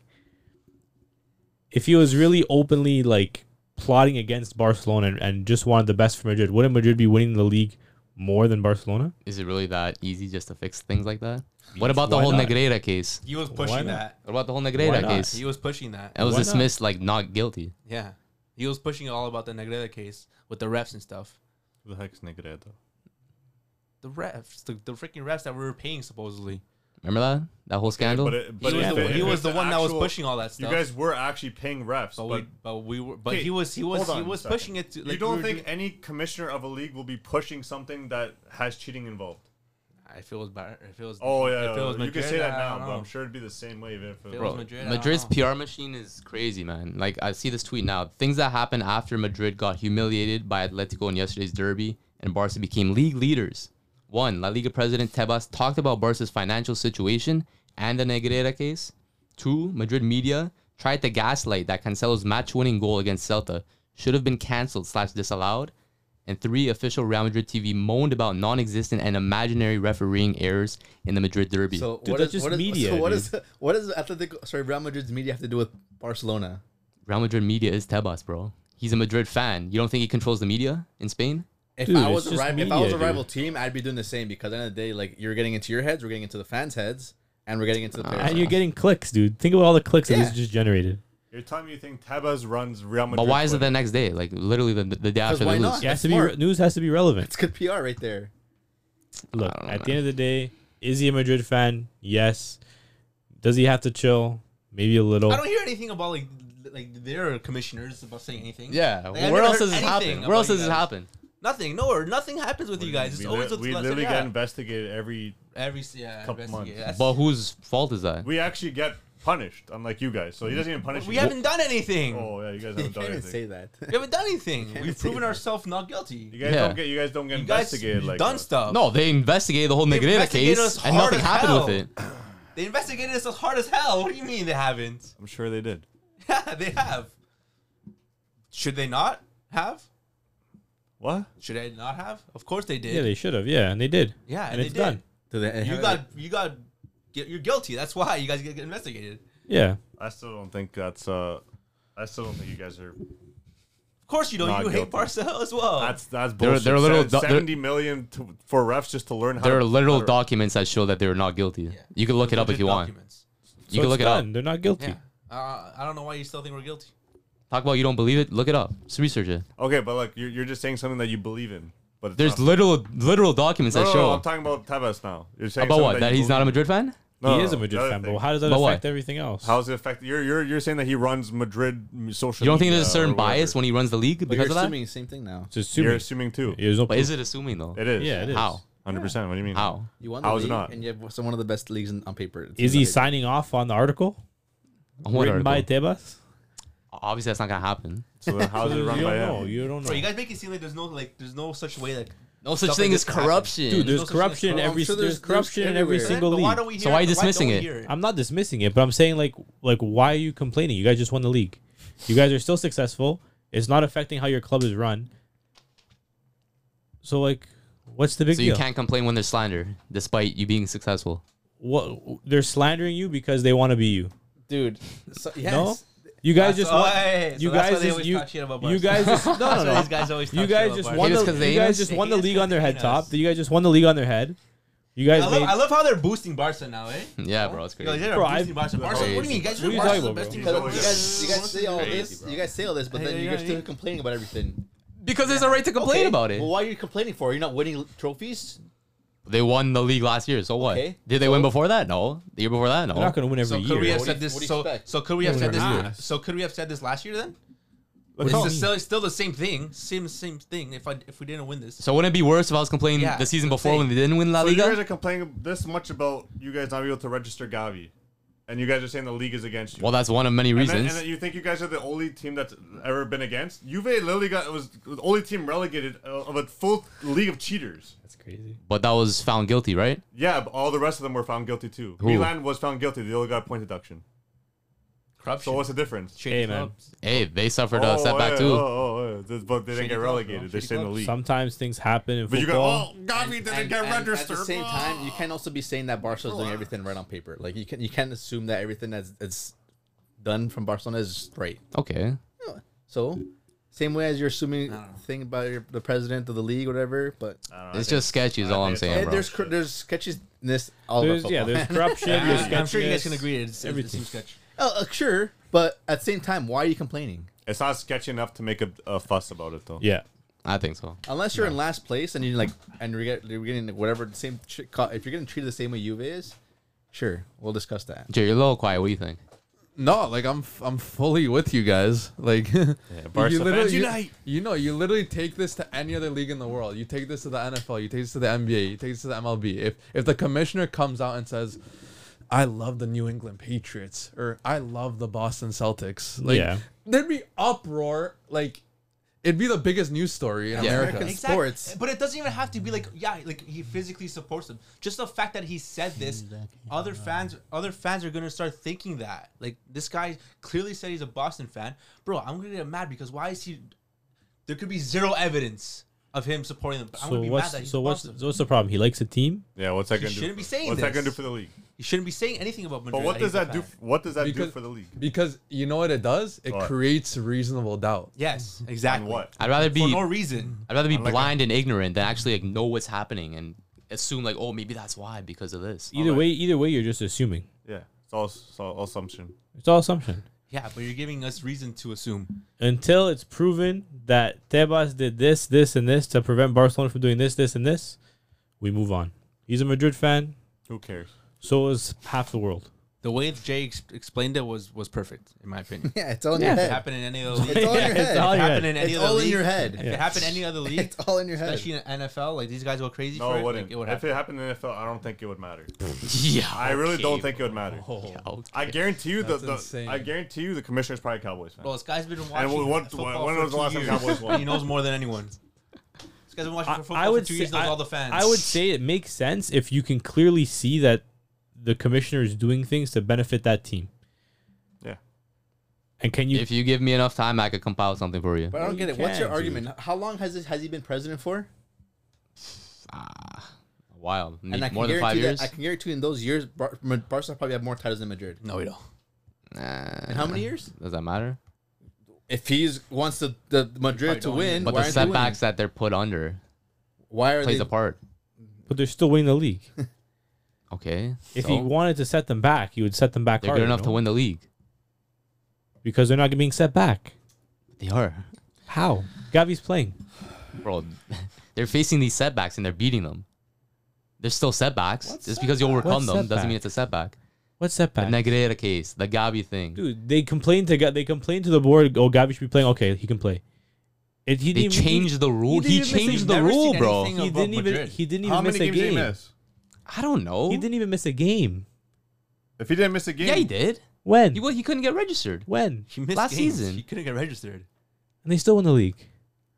A: If he was really openly like plotting against Barcelona and, and just wanted the best for Madrid, wouldn't Madrid be winning the league more than Barcelona?
B: Is it really that easy just to fix things like that? What about the
A: why
B: whole
A: not?
B: Negreira case?
C: he was
A: Why
C: pushing
A: not?
C: that.
B: What about the whole
A: Why
B: Negreira
A: not?
B: case?
C: He was pushing that.
B: That was
A: Why not?
B: dismissed like not guilty.
C: Yeah, he was pushing all about the Negreda case with the refs and stuff.
H: Who the heck's Negredo?
C: the refs, the, the freaking refs that we were paying supposedly.
B: Remember that that whole scandal?
H: But, it, but
C: he was,
H: if
C: the,
H: it-
C: he
H: if
C: was
H: it's
C: the one that was
H: actual-
C: pushing all that
H: You
C: stuff.
H: guys were actually paying refs,
C: but,
H: but,
C: we, but we were, but
H: Okay,
C: he was, he was,
H: hold
C: he
H: on a
C: was
H: second.
C: pushing it. To, like,
H: you
C: we
H: don't
C: were
H: think
C: doing-
H: any commissioner of a league will be pushing something that has cheating involved?
C: if it was, Bar- if it was,
H: Oh yeah,
C: if it was
H: you can say
C: Madrid,
H: that
C: I
H: now,
C: don't
H: but
C: know.
H: I'm sure it'd be the same way. Even if it,
C: it
B: Bro,
C: was Madrid, I don't
B: Madrid's
C: know.
B: PR machine is crazy, man. Like I see this tweet now. Things that happened after Madrid got humiliated by Atletico in yesterday's derby and Barca became league leaders. One, La Liga president Tebas talked about Barca's financial situation and the Negreira case. Two, Madrid media tried to gaslight that Cancelo's match-winning goal against Celta should have been canceled slash disallowed. And three, official Real Madrid TV moaned about non-existent and imaginary refereeing errors in the Madrid derby.
E: So
A: Dude,
E: what
A: that's
E: is
A: just
E: what is,
A: media,
E: So what
A: dude.
E: is what does Atletico? Sorry, Real Madrid's media have to do with Barcelona?
B: Real Madrid media is Tebas, bro. He's a Madrid fan. You don't think he controls the media in Spain?
E: If
A: Dude,
E: I was
A: it's
E: a
A: just
E: rival, if I was
A: media,
E: a rival team, I'd be doing the same because at the end of the day, like you're getting into your heads, we're getting into the fans' heads, and we're getting into the players.
A: And you're getting clicks, dude. Think about all the clicks that
E: Uh. Yeah.
A: this just generated.
H: you're telling me you think Tebas runs Real Madrid.
B: But why is it
H: Twitter?
B: the next day? Like literally the, the day after
E: why
B: they
E: not?
B: lose.
A: It has
E: That's
A: to be
E: smart.
A: news has to be relevant.
E: it's good PR right there.
A: Look,
B: I
A: at
B: don't
A: the end of the day, is he a Madrid fan? Yes. Does he have to chill? Maybe a little.
C: I don't hear anything about like like their commissioners about saying anything.
B: Yeah.
C: Like, I
B: where
C: never
B: else
C: heard
B: does this
C: anything
B: happen?
C: about
B: Where else
C: you
B: does this
C: guys.
B: happen?
C: Nothing. No, or nothing happens with you guys. It's
H: We,
C: always
H: li-
C: with
H: we
C: Let's-
H: literally
C: yeah.
H: get investigated every.
C: every yeah.
H: Couple months.
C: investigate. That's-
B: But whose fault is that?
H: We actually get punished, unlike you guys. So he doesn't even punish.
C: we
H: you.
C: haven't done anything.
H: Oh yeah, you guys
E: You
H: haven't done
E: can't even
H: anything.
D: [laughs]
E: say that.
C: We haven't done anything. We've
E: say
C: proven
E: that.
C: ourselves not
H: You
C: guilty.
H: guys
B: Yeah.
H: don't get. You guys don't get
C: You guys
H: investigated
C: have
H: like uh,
C: done
H: that.
C: stuff.
B: No, they investigated the whole Negreira case
C: investigated us
B: and
C: hard
B: nothing
C: as
B: happened
C: hell.
B: with it.
C: They investigated us as hard as hell. What do you mean they haven't?
H: I'm sure they did.
C: Yeah, they have. Should they not have?
H: What?
C: Should they not have? Of course they did.
A: yeah, they should have. Yeah, and they did.
C: Yeah,
A: and,
C: and they
A: it's
C: did.
A: done.
E: Do they-
C: you got you got get, you're guilty. That's why you guys get investigated.
A: Yeah.
H: I still don't think that's. uh I still don't think you guys are.
C: Of course you don't.
H: Not
C: you hate
H: guilty.
C: Barcel as well.
H: That's that's
B: They're-
H: bullshit.
B: they're little do- they're-
H: seventy million to, for refs just to learn how.
B: There
H: to-
B: are literal
H: how to-
B: documents that show that they were not guilty.
C: Yeah.
B: You can look it up if
C: Legit
B: you want.
C: documents.
B: You can look it up.
A: They're not guilty.
C: Yeah. Uh, I don't know why you still think we're guilty.
B: Talk about you don't believe it. Look it up. Just research it.
H: Okay, but look, you're, you're just saying something that you believe in. But it's
B: There's
H: not-
B: literal literal documents
H: no,
B: that
H: no,
B: show
H: no, I'm talking about Tevez now. You're saying
B: about
H: something
B: what that
H: you
B: he's not a Madrid
H: believe-
B: fan.
H: No,
A: he
H: no,
A: is a
H: no,
A: Madrid
H: the other
A: fan,
H: Oh, thing.
A: but how does that
B: But why?
A: affect everything else?
H: How's it affect you're you're you're saying that he runs Madrid m- social?
B: You don't think
H: media
B: there's a certain
H: or whatever.
B: bias when he runs the league
E: But you're
B: because of that?
E: assuming the same thing now.
A: It's assuming.
H: You're assuming too.
A: There's no
B: But is it assuming though?
H: It is.
A: Yeah, it is.
B: How?
H: Hundred percent. What do you mean?
B: How?
E: You won the
H: How is it
E: league,
H: not?
E: and you have some one of the best leagues in, on paper. It's
A: Is he
E: like-
A: signing off on the article
B: On what
A: written by
B: article?
A: Tebas?
B: Obviously, that's not gonna happen.
H: So then how's it
A: [laughs] you
H: run
A: don't
H: by him?
A: know. You don't know.
C: Bro, you guys make it seem like there's no like there's no such way like
B: No such
C: Stuff
B: thing
C: like
B: as
C: this happens.
B: corruption.
A: Dude, there's
C: no such thing as
A: corruption in
C: corrupt-
A: every.
E: I'm sure
A: there's,
E: there's
A: corruption in every
E: everywhere.
A: single
C: But
A: league.
C: why don't we hear
B: So why are you
C: don't
B: dismissing
C: we
B: it?
C: hear
A: I'm not dismissing it, but I'm saying like like why are you complaining? You guys just won the league. You guys are still successful. It's not affecting how your club is run. So like, what's the big
B: so you
A: deal?
B: can't complain when there's slander, despite you being successful.
A: What they're slandering you because they want to be you.
E: dude? So, yes.
A: No, you guys
C: That's
A: just want,
C: why-
A: you
C: so that's why
A: guys
C: they
A: just-
C: always
A: you,
C: talk shit about
A: you guys
C: [laughs]
A: just no no no
C: These guys always
A: you
C: talk
A: guys
C: shit
A: just
C: about
A: won
B: Hate
A: the
B: us 'cause they
A: you
B: hate
A: guys
B: us?
A: just
C: They
A: won
C: hate
A: the
C: us
A: league
C: 'cause
A: on their
C: they
A: head
C: hate
A: top.
C: us.
A: You guys just won the league on their head. You guys
C: I love,
A: made
C: I love how they're boosting Barca
A: [laughs]
C: now, eh?
B: Yeah, bro, it's
C: Yo,
B: crazy.
C: they're
A: Bro, I-
C: boosting Barca. Barca, what do you mean? You guys
A: What are
C: are
A: you
C: Barca's
A: talking
C: the
A: about,
C: best team.
H: bro?
C: in
E: You
H: Yo,
C: the world.
H: yo.
E: guys, you guys say all this.
B: bro.
E: You guys say all this, but
C: Hey,
E: then
C: yeah,
E: you're still
C: yeah.
E: complaining about everything.
B: Because there's a right to complain
E: Okay,
B: about it.
E: Well, why are you complaining for? You're not winning trophies.
B: They won the league last year, so what?
E: Okay.
B: Did they win before that? No. The year before that? No.
A: They're not going to win every
C: So
A: year.
C: could we have
E: What do you-
C: said this?
E: what do you
C: So,
E: expect?
C: so could we have said this?
A: not.
C: year- So could we have said this last year then?
H: Let's
C: It's
H: go.
C: the- still, still the same thing. Same same thing. If I if we didn't win this,
B: so wouldn't it be worse if I was complaining
C: Yeah,
B: the season
C: that's
B: before
C: it.
B: when they didn't win La
H: So you guys are
B: Liga?
H: complaining this much about you guys not being able to register Gavi, and you guys are saying the league is against you.
B: Well, that's one of many
H: and, then,
B: reasons.
H: and then you think you guys are the only team that's ever been against Juve. Lily got was the only team relegated uh, of a full league of cheaters.
A: That's crazy.
B: but that was found guilty, right?
H: Yeah, but all the rest of them were found guilty too.
B: Who?
H: Milan was found guilty. They only got a point deduction. So
C: corruption.
H: what's the difference?
A: Hey man,
B: Hey, they suffered a uh, setback
H: yeah,
B: too.
H: Oh, oh, oh. This- But they didn't
C: Shitty
H: get
C: club,
H: relegated.
C: bro.
H: They're
C: Shitty
H: still in the
C: club.
H: league.
A: sometimes things happen in
H: but you go,
A: football.
H: oh, Gavi didn't
E: And-
H: get
E: and
H: registered.
E: At the same
H: Ah.
E: time, you can also be saying that Barcelona's doing everything right on paper. Like you can you can't assume that everything that's, that's done from Barcelona is right.
B: Okay.
E: So, same way as you're assuming thing about your, the president of the league, whatever. But
B: It's just sketchy, is all I'm
H: think it's
B: saying,
E: and
B: bro.
E: there's cor- there's sketchiness all
A: There's,
E: over
A: yeah, there's
E: football.
A: corruption. there's
C: I- [laughs] I'm sure you guys
A: sketchiness.
C: can agree. It's everything.
A: Everything.
C: It's, sketch.
E: oh, [laughs] uh, sure, but at the same time, why are you complaining?
H: It's not sketchy enough to make a, a fuss about it, though.
A: Yeah.
B: I think so.
E: Unless you're in last place and you're like, and you're get- you're getting whatever the same, tr- co- if you're getting treated the same way Juve is, sure, we'll discuss that.
B: Jay, you're a little quiet. What do you think?
D: No, like I'm f- I'm fully with you guys. [laughs] Like
G: Barca
D: literally-
G: fans
D: you-
G: unite.
D: You know, you literally take this to any other league in the world. You take this to the NFL, you take this to the NBA, you take this to the MLB. If if the commissioner comes out and says, I love the New England Patriots or I love the Boston Celtics, like
A: Yeah.
D: there'd be uproar, like it'd be the biggest news story in America.
E: American
C: Exactly.
E: sports.
C: But it doesn't even have to be like yeah, like he physically supports them. Just the fact that he said this, other fans, other fans are gonna start thinking that. Like this guy clearly said he's a Boston fan, bro. I'm gonna get mad because why is he? There could be zero evidence of him supporting them. But I'm
A: So
C: gonna be
A: what's
C: mad that he's
A: so what's
C: Boston.
A: so what's the problem? He likes a team.
H: Yeah, what's that
C: You
H: going to do?
C: shouldn't
H: for-
C: be saying
H: What's that
C: this.
H: going to do for the league?
C: you shouldn't be saying anything about Madrid.
H: But what
C: he's
H: does
C: a
H: that do?
C: fan.
H: What does that do
D: Because-
H: for the league?
D: Because you know what it does? It
H: What?
D: creates reasonable doubt.
C: [laughs] Yes, exactly.
H: And what?
B: I'd rather be
C: For no reason.
B: I'd rather be
H: Unlike a-
B: blind and ignorant than actually like know what's happening and assume like, oh, maybe that's why because of this.
A: Either way, either way, you're just assuming.
H: Yeah, it's all, it's all assumption.
A: It's all assumption.
C: Yeah, but you're giving us reason to assume.
A: Until it's proven that Tebas did this, this, and this to prevent Barcelona from doing this, this, and this, we move on. He's a Madrid fan.
H: Who cares?
A: So is half the world.
C: The way Jay ex- explained it was was perfect in my opinion.
E: Yeah, it's all in your
C: If it
E: head.
C: happened in any other league.
E: It's all in
A: Yeah,
E: your
A: it's
E: head.
A: all in
C: If it
A: your head.
C: happened in any
E: It's
C: other
E: all in
C: league,
E: your head.
C: If
A: Yeah.
C: it happened in
A: [laughs]
C: any other league,
E: It's all in your head.
C: especially in NFL, like these guys go crazy
H: No,
C: for
H: it
C: it.
H: wouldn't.
C: Like, it would
H: if
C: happen.
H: it happened in NFL, I don't think it would matter.
C: [laughs]
B: yeah,
H: I really
B: okay,
H: don't think it would matter.
B: [laughs] bro. Okay.
H: I guarantee you the,
D: That's
H: the
D: insane.
H: I guarantee you the commissioner's probably a Cowboys fan.
C: Bro, this guy's been watching
H: what- what-
C: football
H: when
C: for
H: was the
C: two
H: last time
C: years.
H: Cowboys won?
C: He knows more than anyone. This guy's been watching
A: I,
C: for football
A: I would
C: for two
A: say,
C: years. Knows
A: I,
C: all the fans.
A: I would say it makes sense if you can clearly see that the commissioner is doing things to benefit that team.
H: Yeah.
A: And can you
B: If you give me enough time, I could compile something for you.
E: But I don't get it. What's
A: can,
E: your argument? How long has this has he been president for?
B: Wow,
E: I
B: more than
E: guarantee
B: five
E: that-
B: years.
E: I can guarantee in those years, Bar- Ma- Barca probably have more titles than Madrid.
C: no, we don't.
E: And how many years?
B: Does that matter?
E: If he wants the, the Madrid to win,
B: But
E: why
B: the
E: aren't they winning?
B: setbacks that they're put under
E: Why are
B: plays
E: they?
B: a part.
A: but they're still winning the league.
B: Okay,
A: If
B: so
A: you wanted to set them back, you would set them back
B: they're
A: harder,
B: good enough
A: no?
B: to win the league.
A: because they're not being set back.
B: They are,
A: How? Gavi's playing.
B: bro. [laughs] They're facing these setbacks and they're beating them. There's still setbacks. Just because you
A: setback?
B: overcome
A: What
B: them doesn't mean
A: setback?
B: it's a setback.
A: What's
B: The
A: setback?
B: Negreira case, the Gabi thing.
A: Dude, they complained to Ga- they complained to the board. Oh, Gavi should be playing. Okay, he can play. It, he
B: They
A: didn't even-
B: changed the rule.
A: didn't
B: He
A: even miss-
B: changed
A: you've
B: the
C: never
B: rule,
C: seen
B: bro.
C: anything-
A: He
C: about
A: didn't even
C: Madrid.
A: he didn't even
H: How
A: miss
H: many
A: a
H: games did he
A: game.
H: miss?
B: I don't know.
A: He didn't even miss a game.
H: If he didn't miss a game,
B: Yeah, he did.
A: When?
B: He, well, he couldn't get registered.
A: when?
E: [laughs]
C: He missed
B: Last
C: games.
B: season.
C: he couldn't get registered.
A: And they still win the league.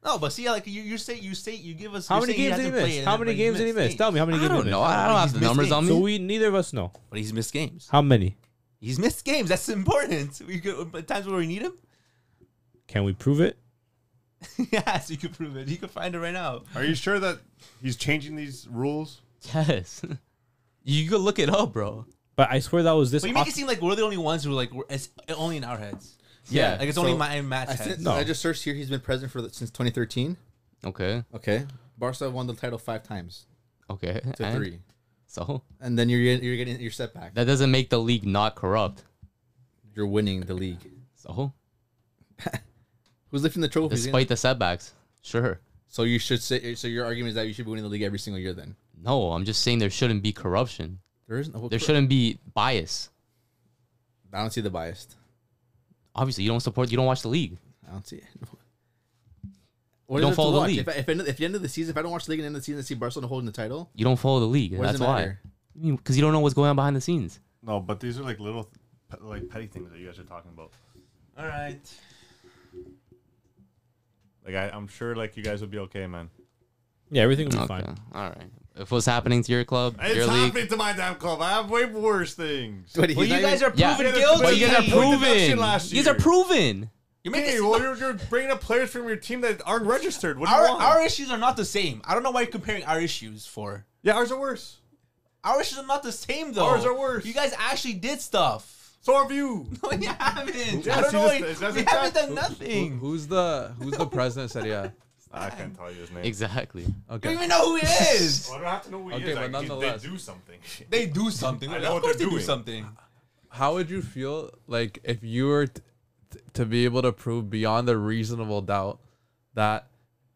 C: No, but see, like you, you say, you say, you give us
A: How
C: you're
A: many
C: saying
A: games did he
C: hasn't played
A: miss?
C: and
A: How
C: then-
A: many
C: but he
A: games did he
C: missed
A: miss?
C: games.
A: Tell me how many
B: I
A: games
B: don't
A: he
B: know.
A: missed.
B: I don't have the
C: missed
B: numbers on me.
A: So we neither of us know.
C: But he's missed games.
A: How many?
C: He's missed games. That's important. [laughs] We could but times where we need him. [laughs]
A: Can we prove it?
C: yes, you could prove it. You could find it right now.
H: Are you sure that he's changing these rules?
E: [laughs]
B: Yes. [laughs] you could look it up, bro.
A: But I swear that was this
C: But you make
A: off-
C: it seem like we're the only ones who like we're, it's only in our heads.
B: Yeah.
C: Like it's only
E: so-
C: my and Matt's
E: I, said-
C: head.
A: No.
E: I just searched here. He's been president for the, since 2013.
B: Okay.
E: Okay, Barca won the title five times
B: Okay.
E: to
B: and?
E: three,
B: So
E: and then you're get- you're getting your setback.
B: that doesn't make the league not corrupt.
E: You're winning the league.
B: So
E: Who's lifting the trophy?
B: despite the setbacks, sure.
E: so you should say. So your argument is that you should be winning the league every single year. Then
B: No, I'm just saying there shouldn't be corruption.
E: there isn't. Oh,
B: There shouldn't be bias.
E: I don't see the bias.
B: Obviously, you don't support. You don't watch the league.
E: I don't see it.
B: You
E: What
B: don't
E: is there to
B: follow the
E: watch?
B: league.
E: If, I- if, end of- if the end of the season, if I don't watch the league at the end of the season, I see Barcelona holding the title.
B: You don't follow the league.
E: What does
B: That's
E: it
B: why.
E: matter?
B: Because you don't know what's going on behind the scenes.
H: No, but these are like little, pe- like petty things that you guys are talking about.
C: All right.
H: Like I, I'm sure, like you guys would be okay, man.
A: Yeah, everything will be
B: Okay.
A: fine.
B: All right. If what's happening to your club, your
H: It's
B: league,
H: happening to my damn club. I have way worse things.
E: But he's
C: Well, you
E: not
C: guys
E: even-
C: are
B: Yeah.
C: proven
H: Yeah,
C: guilty.
B: But you guys are
H: Who did that shit
B: proven.
H: last
B: You guys are
H: year?
B: proven.
C: You're making
H: Hey,
C: it
H: well,
C: look-
H: you're, you're bringing up players from your team that aren't registered. What do
C: our
H: you want?
C: our issues are not the same. I don't know why you're comparing our issues for.
H: yeah, ours are worse.
C: Our issues are not the same though.
H: Ours are worse.
C: You guys actually did stuff. [laughs]
H: So have
B: [laughs]
H: you.
C: No, you haven't.
H: Yes,
C: I
H: you
C: don't know.
H: just-
C: why-
H: it's- that's
C: we
H: exact-
C: haven't done
D: Who-
C: nothing.
D: who's the who's the president said
E: [laughs]
D: yeah?
H: I can't tell you his name.
B: Exactly.
C: You
D: Okay.
C: don't even know who it is.
H: Well, I don't have to know who he
D: Okay,
H: is.
D: but
H: I, can-
D: nonetheless.
H: they do something.
C: they do something.
H: I know
C: of
H: what
C: course they
H: they're
C: do
H: doing.
C: something.
D: How would you feel like if you were t- t- to be able to prove beyond a reasonable doubt that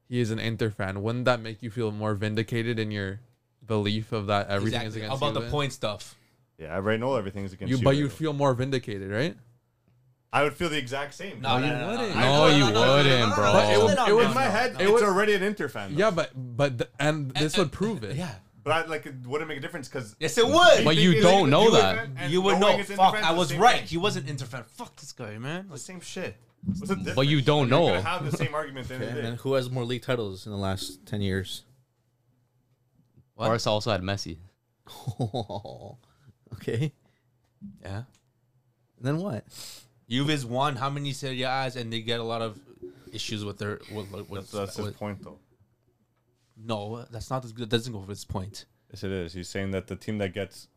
D: he is an Inter fan, wouldn't that make you feel more vindicated in your belief of that everything is
C: Exactly.
D: against
C: about
D: you
C: the
D: then?
C: point stuff.
H: Yeah, I already know everything's against
D: You,
H: you.
D: but
H: right
D: you'd
H: now.
D: feel more vindicated, right?
H: I would feel the exact same.
C: No,
H: Like,
C: no, no, no, no,
D: wouldn't.
C: no,
B: No,
C: no,
B: you
C: no, no, no,
B: wouldn't,
C: no, no,
B: bro.
C: no, no,
D: But it
C: no,
D: would-
C: no,
D: it would-
C: no,
H: in my
C: no,
H: head,
C: no.
H: it's already an Inter fan. though.
D: Yeah, but but th- and this
C: uh,
D: would prove it.
C: Yeah.
H: but I, like it wouldn't make a difference because
C: Yes, it would.
B: But you don't know that.
C: you would know. Fuck, I was right. He was an Inter fan. Fuck this guy, man.
H: The same shit. What's the difference?
B: But you don't
H: You're gonna
B: know.
H: have the same argument at the end of
E: And
H: the
E: then
H: day.
E: who has more league titles in the last 10 years? [laughs]
B: Barca also had Messi.
E: okay.
C: Yeah.
E: Then what?
C: Juve's won how many Serie A's, and they get a lot of issues with their. With, with,
H: That's, that's his
C: with-
H: point, though.
C: No, that's not as good. That doesn't go for his point.
H: Yes, it is. He's saying that the team that gets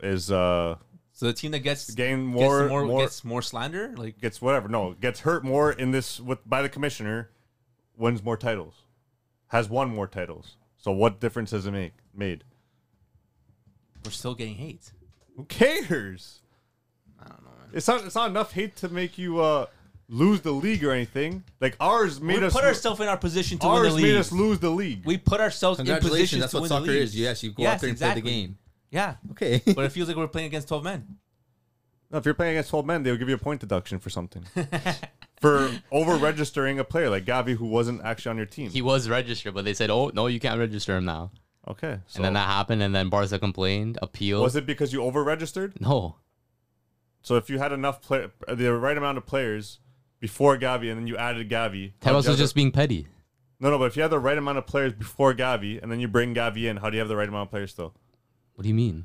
H: is uh
C: So the team that gets
H: gain
C: gets
H: more more, gets,
C: gets more slander, like
H: whatever. No, gets hurt more in this with by the commissioner, wins more titles, has won more titles. So what difference does it make? Made?
C: we're still getting hate.
H: Who cares?
C: I don't know. Man.
H: It's not. It's not enough hate to make you uh lose the league or anything. Like ours made
C: we
H: us.
C: put ourselves in our position to win the
H: ours made
C: league.
H: us lose the league.
C: We put ourselves in
E: Congratulations.
C: position
E: That's
C: to
E: what
C: win the
E: soccer
C: league.
E: is. Yes, you go
C: Yes,
E: out there and play
C: exactly.
E: the game.
C: Yeah,
E: Okay.
C: but it feels like we're playing against twelve men.
H: No, if you're playing against 12 men, they'll give you a point deduction for
C: [laughs]
H: something. for over registering a player like Gavi who wasn't actually on your team.
B: He was registered, but they said, "Oh no, you can't register him now."
H: okay. So
B: And then that happened, and then Barca complained, appealed.
H: was it because you over registered?
B: No,
H: So if you had enough player the right amount of players before Gavi and then you added Gavi. how'd
B: Tebas
H: you have
B: was
H: the-
B: just being petty.
H: No, no, but if you had the right amount of players before Gavi and then you bring Gavi in, how do you have the right amount of players still?
B: What do you mean?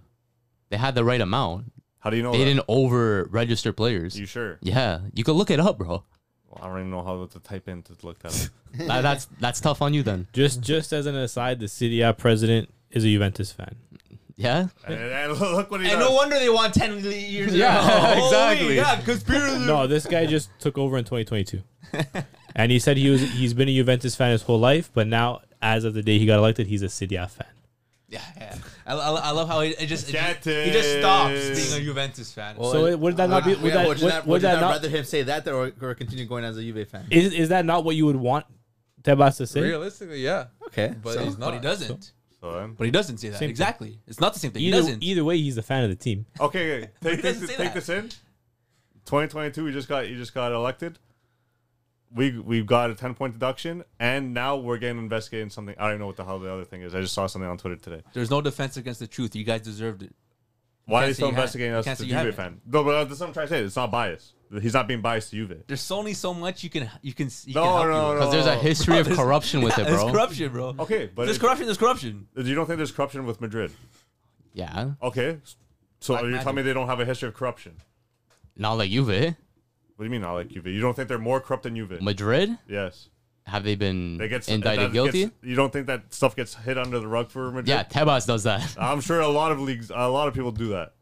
B: They had the right amount.
H: How do you know
B: They
H: that?
B: didn't over-register players.
H: you sure?
B: yeah, you could look it up, bro.
H: Well, I don't even know how to type in to look that [laughs] up.
B: That- that's that's tough on you then.
A: Just just as an aside, the City A president is a Juventus fan.
B: Yeah,
H: and, and Eh, look what he
C: And
H: does.
C: no wonder they want ten years.
B: Yeah,
C: [laughs] Holy,
B: exactly.
C: Yeah, conspiracy.
A: No, this guy just took over in 2022, and he said he was he's been a Juventus fan his whole life, but now as of the day he got elected, he's a City A fan.
C: Yeah, yeah. I, I, I love how it, it just it,
H: Get
C: just- he just stops
H: it.
C: being a Juventus fan.
A: So it- would that not be?
E: Yeah,
A: Would that,
E: would
A: would,
E: you not,
A: would that not?
E: rather him say that or, or continue going as a Juve fan?
A: Is is that not what you would want Tebas to say?
D: Realistically, yeah.
E: okay.
D: But
E: so-
D: he's not.
C: but he doesn't.
H: So then-
C: But he doesn't say that.
A: Same thing.
C: exactly. It's not the same thing. he
A: Either e-
C: doesn't.
A: either way, he's a fan of the team.
H: [laughs] Okay, okay. take,
C: doesn't
H: this,
C: say
H: take
C: that?
H: this in. 2022, we just got you just got elected. We we've got a 10 point deduction, and now we're getting investigated in something. I don't know what the hell the other thing is. I just saw something on Twitter today.
C: There's no defense against the truth. You guys deserved it.
H: Why are they
C: can't say
H: still
C: you haven't.
H: investigating
C: You
H: us
C: can't
H: as a
C: say you
H: Juve fan? No, but uh, that's what I'm trying to say. It's not bias. He's not being biased to Juve.
C: There's only so much you can you can. You
H: No,
C: can help
H: no,
C: you
B: because there's a history
H: [laughs]
B: of corruption with
C: with.
B: it,
C: There's
B: bro.
C: corruption, bro.
H: Okay, but
C: there's
H: it-
C: corruption. There's corruption.
H: you don't think there's corruption with Madrid?
B: Yeah,
H: Okay, so you're telling me they don't have a history of corruption?
B: not like Juve,
H: What do you mean not like Juve? You don't think they're more corrupt than Juve?
B: Madrid.
H: yes,
B: Have they been
H: they get
B: indicted
H: that
B: guilty?
H: gets- you don't think that stuff gets hit under the rug for Madrid?
B: yeah, Tebas does that.
H: [laughs]
B: [laughs]
H: I'm sure a lot of leagues, a lot of people do that.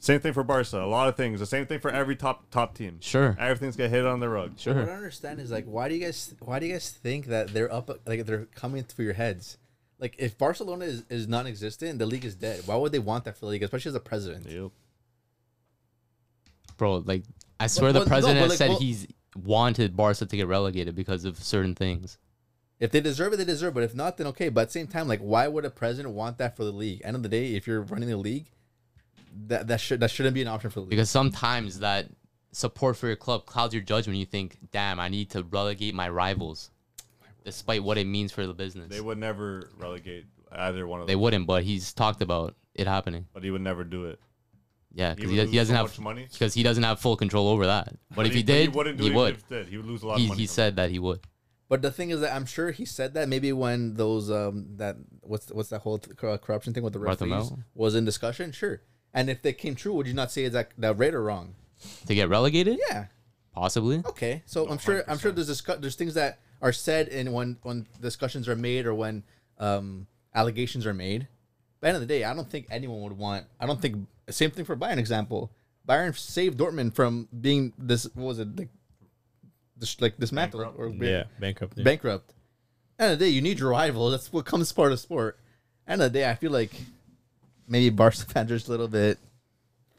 H: Same thing for Barca. A lot of things. The same thing for every top top team.
B: Sure.
H: everything's get hit on the rug.
E: What I don't
B: Sure.
E: understand is like why do you guys why do you guys think that they're up like they're coming through your heads? Like if Barcelona is, is non-existent, the league is dead. Why would they want that for the league, especially as a president?
B: Bro, like I swear
E: well,
B: the
E: no,
B: president
E: but, like,
B: said
E: well-
B: he's wanted Barca to get relegated because of certain things.
E: If they deserve it, they deserve. it. But if not, then okay. But at the same time, like why would a president want that for the league? End of the day, if you're running the league, that that should that shouldn't be an option for the league.
B: Because sometimes that support for your club clouds your judgment. You think, damn, I need to relegate my rivals, despite what it means for the business.
H: They would never relegate either one of
B: They
H: them.
B: wouldn't, but he's talked about it happening.
H: But he would never do it.
B: Yeah,
H: would
B: because he, does- he
H: lose
B: doesn't
H: so
B: have
H: much money.
B: because he doesn't have full control over that. But, if he,
H: [laughs] but
B: did,
H: he wouldn't do
B: he
H: it
B: would.
H: Even if he did. He would lose a lot
B: He,
H: of money.
B: he
H: from
B: said that he would.
E: But the thing is that I'm sure he said that maybe when those um that what's what's that whole th- cor- corruption thing with the referees
B: Bartomeu?
E: was in discussion. Sure, and if they came true, would you not say it's that that right or wrong?
B: To get relegated?
E: Yeah.
B: Possibly.
E: Okay, so I'm sure I'm sure there's discu- there's things that are said in when when discussions are made or when um, allegations are made. But end of the day, I don't think anyone would want. I don't think same thing for Bayern example. Bayern saved Dortmund from being this what was it like, dis- like dismantled or being
A: Yeah, bankrupt. yeah.
E: bankrupt. End of the day, you need your rival. That's what comes part of sport. End of the day, I feel like maybe Barca fans are just a little bit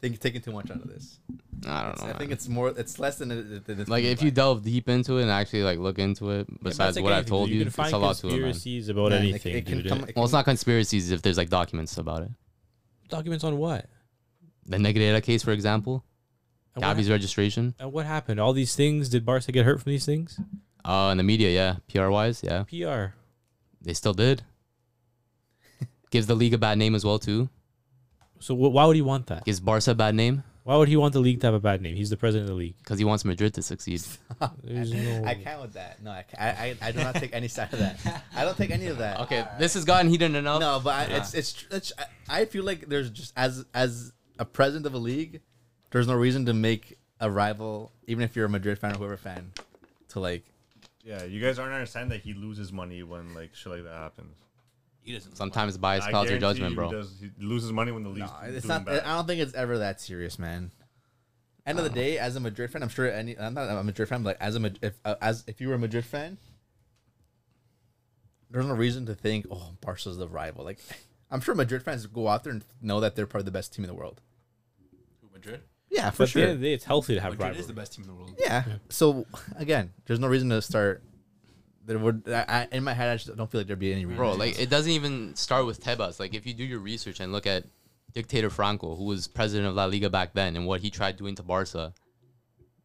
E: think taking too much out of this.
B: I don't know.
E: I
B: man.
E: think it's more. It's less than it, than it's
B: like if you delve deep into it and actually like look into it. Besides what I told you,
A: can
B: it's
A: find
B: a lot to it, man.
A: conspiracies about
E: Man, it-
A: anything,
E: it can
A: dude.
E: come- it
B: Well, it's
E: can-
B: not conspiracies if there's like documents about it.
A: Documents on what?
B: The Negreira case, for example,
A: And what,
B: Gabby's registration.
A: and what happened? All these things. Did Barca get hurt from these things?
B: Uh, in the media, yeah, PR wise, yeah,
A: PR.
B: they still did. Gives the league a bad name as well too.
A: So wh- why would he want that?
B: Gives Barca a bad name
A: Why would he want the league to have a bad name? He's the president of the league.
B: because he wants Madrid to succeed.
A: There's no.
E: I can't with that. No, I, ca- I, I, I do not take any side of that. I don't take any of that.
B: Okay, this has gotten heated enough.
E: No, but I, it's it's tr- it's. I I feel like there's just as as a president of a league, there's no reason to make a rival, even if you're a Madrid fan or whoever fan, to like.
H: Yeah, you guys aren't understanding that he loses money when like shit like that happens.
C: He doesn't.
B: Sometimes bias
H: I
B: clouds your
H: guarantee
B: judgment,
H: you He,
B: bro.
H: does, he loses money when the league's
E: No, Uh, it's
H: doing
E: not.
H: bad.
E: I don't think it's ever that serious, man. End
B: Ah.
E: of the day, as a Madrid fan, I'm sure any. I'm not a Madrid fan, but like, as a Mad- if uh, as if you were a Madrid fan, there's no reason to think, oh, Barca's the rival. Like, [laughs] I'm sure Madrid fans go out there and know that they're probably the best team in the world.
C: Madrid.
E: Yeah, for
A: but at the
E: sure.
A: end of the day, it's healthy to have
C: Madrid
A: rivalry.
C: is the best team in the world.
E: Yeah. So again, there's no reason to start. There would I, I- in my head, I just don't feel like there'd be any reason.
B: Bro, like it doesn't even start with Tebas. Like if you do your research and look at dictator Franco, who was president of La Liga back then, and what he tried doing to Barca,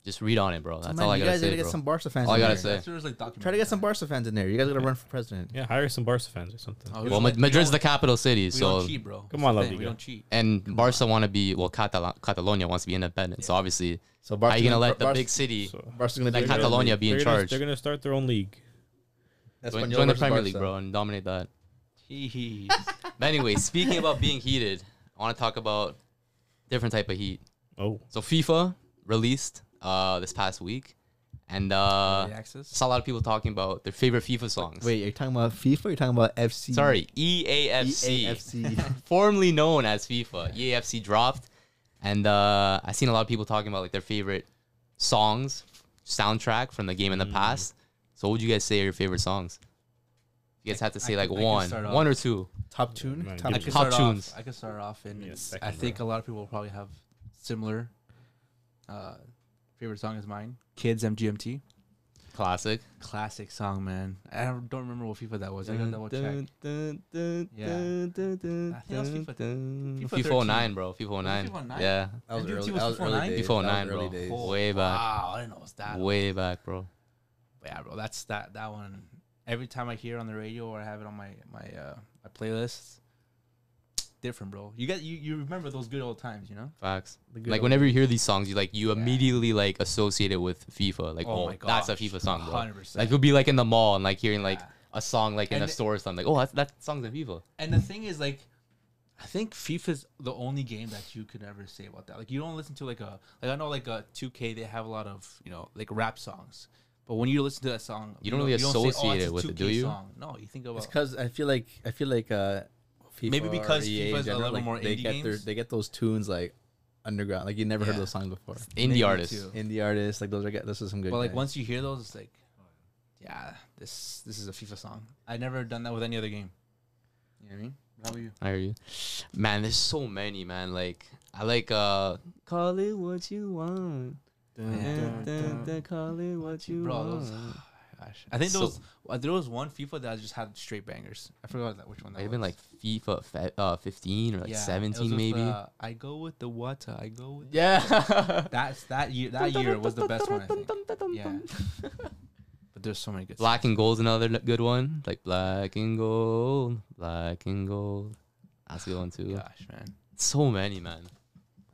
B: just read on it, bro. That's
E: Man,
B: all I
E: you
B: gotta
E: guys
B: say,
E: gotta
B: bro.
E: get some Barca fans.
B: All I
E: in
B: gotta
E: there.
B: say.
C: That's where it's, like documented.
E: Try to get some Barca fans in there. You guys gotta run for president.
A: Yeah, hire some Barca fans or something.
C: Oh, we
B: Well,
C: don't
B: Ma-
C: like- we
B: Madrid's the
C: don't-
B: capital city,
C: We don't
B: so
C: cheat, bro.
A: Come on,
C: That's
A: La
C: the thing, We
A: Liga.
C: don't cheat.
B: and Barca want to be well, Catalan Catalonia wants to be independent. So obviously,
E: So
B: how
E: Barca
B: you gonna
E: Bar-
B: let the
E: Barca-
B: big city
E: Barca's gonna
B: like
E: do
B: Catalonia be in
A: They're gonna-
B: charge?
A: They're gonna start their own league.
B: Join, join the Premier League, bro, and dominate that.
C: [laughs] Jeez.
B: But anyway, speaking about being heated, I want to talk about different type of heat.
A: Oh,
B: So FIFA released uh this past week, and uh
C: Early access?
B: saw a lot of people talking about their favorite FIFA songs.
E: Wait, you're talking about FIFA? You're talking about E FC?
B: sorry, E EAFC,
E: E EAFC.
B: formerly known as FIFA. E EAFC dropped, and uh I seen a lot of people talking about like their favorite songs, soundtrack from the game
C: Mm-hmm.
B: in the past. So, what would you guys say are your favorite songs? You guys have to say
C: I
B: like
C: can- I can
B: one,
C: start off.
B: one or two.
E: [laughs] Top tune.
A: Man,
E: top
A: give
C: I
A: me
C: can
B: Top
C: start
B: tunes.
C: Off, I can start off, and
A: me a
C: it's-
A: second,
C: I think a lot of people will probably have similar uh, favorite song as mine. Kids MGMT,
B: Classic.
C: classic song, man. I don't don't remember what FIFA that was. I gotta double check. Yeah. I think that was FIFA. FIFA
B: FIFA 09, bro. FIFA 09.
C: FIFA 09?
B: Yeah.
E: That was
C: And
E: early.
C: DMT
E: That
C: was
E: was early
C: 4-9?
E: days.
B: Before
E: That was
B: nine, bro.
E: early days.
B: Oh. Way back.
C: Wow, I didn't know it was that.
B: Way back, bro.
C: But yeah, bro. That's that that one. Every time I hear it on the radio or I have it on my my uh, my playlists, different, bro. You got you, you remember those good old times, you know?
B: Facts. Like whenever you hear these songs, you like you immediately like associate it with FIFA. Like,
C: Oh
B: oh,
C: my
B: that's a
C: gosh.
B: FIFA song, bro.
C: 100%.
B: Like you'll be like in the mall and like hearing like a song like in
C: And
B: a
C: it-
B: store or something. Like, oh, that's, that song's in FIFA.
C: And the thing is, like, I think FIFA's the only game that you could ever say about that. Like, you don't listen to like a like I know like a 2K they have a lot of you know like rap songs, but when you listen to that song,
B: You don't really
C: say,
B: associate
C: it's
B: it
C: a
B: with it,
C: 2K
B: do you?
C: Song. No, you think about
E: It's because I feel like I feel like uh, FIFA
C: Maybe
E: or
C: because
E: EA in
C: FIFA's a
E: general,
C: little
E: like,
C: more
E: they
C: indie
E: get Their,
C: games.
E: they get those tunes like underground. Like you never heard
C: Yeah.
E: those songs before.
C: Maybe
B: Indie artists.
C: too.
E: Indie artists, like those are get- this is some good.
C: But like
E: guys.
C: once you hear those, it's like, yeah, this this is a FIFA song. I never done that with any other game. You know what I mean? How about you?
B: I hear you. Man, there's so many, man. Like I like uh Call it what you want. Dun, dun, dun, call it what you
C: Bro,
B: want.
C: those, gosh. I think there
B: So-
C: was uh, there was one FIFA that just had straight bangers. I forgot that which one that
B: Might have
C: was.
B: been like FIFA fe- uh, 15 or like
C: Yeah, it was
B: 17
C: with
B: maybe.
C: the, I go with the water. I go with
B: yeah.
C: that's that year. That year was the best one. I think. Yeah.
B: [laughs]
C: but there's so many good.
B: [laughs] Black and gold's another n- good one. Like black and gold, black and gold. That's a good one too.
C: songs. Gosh, man.
B: So many, man.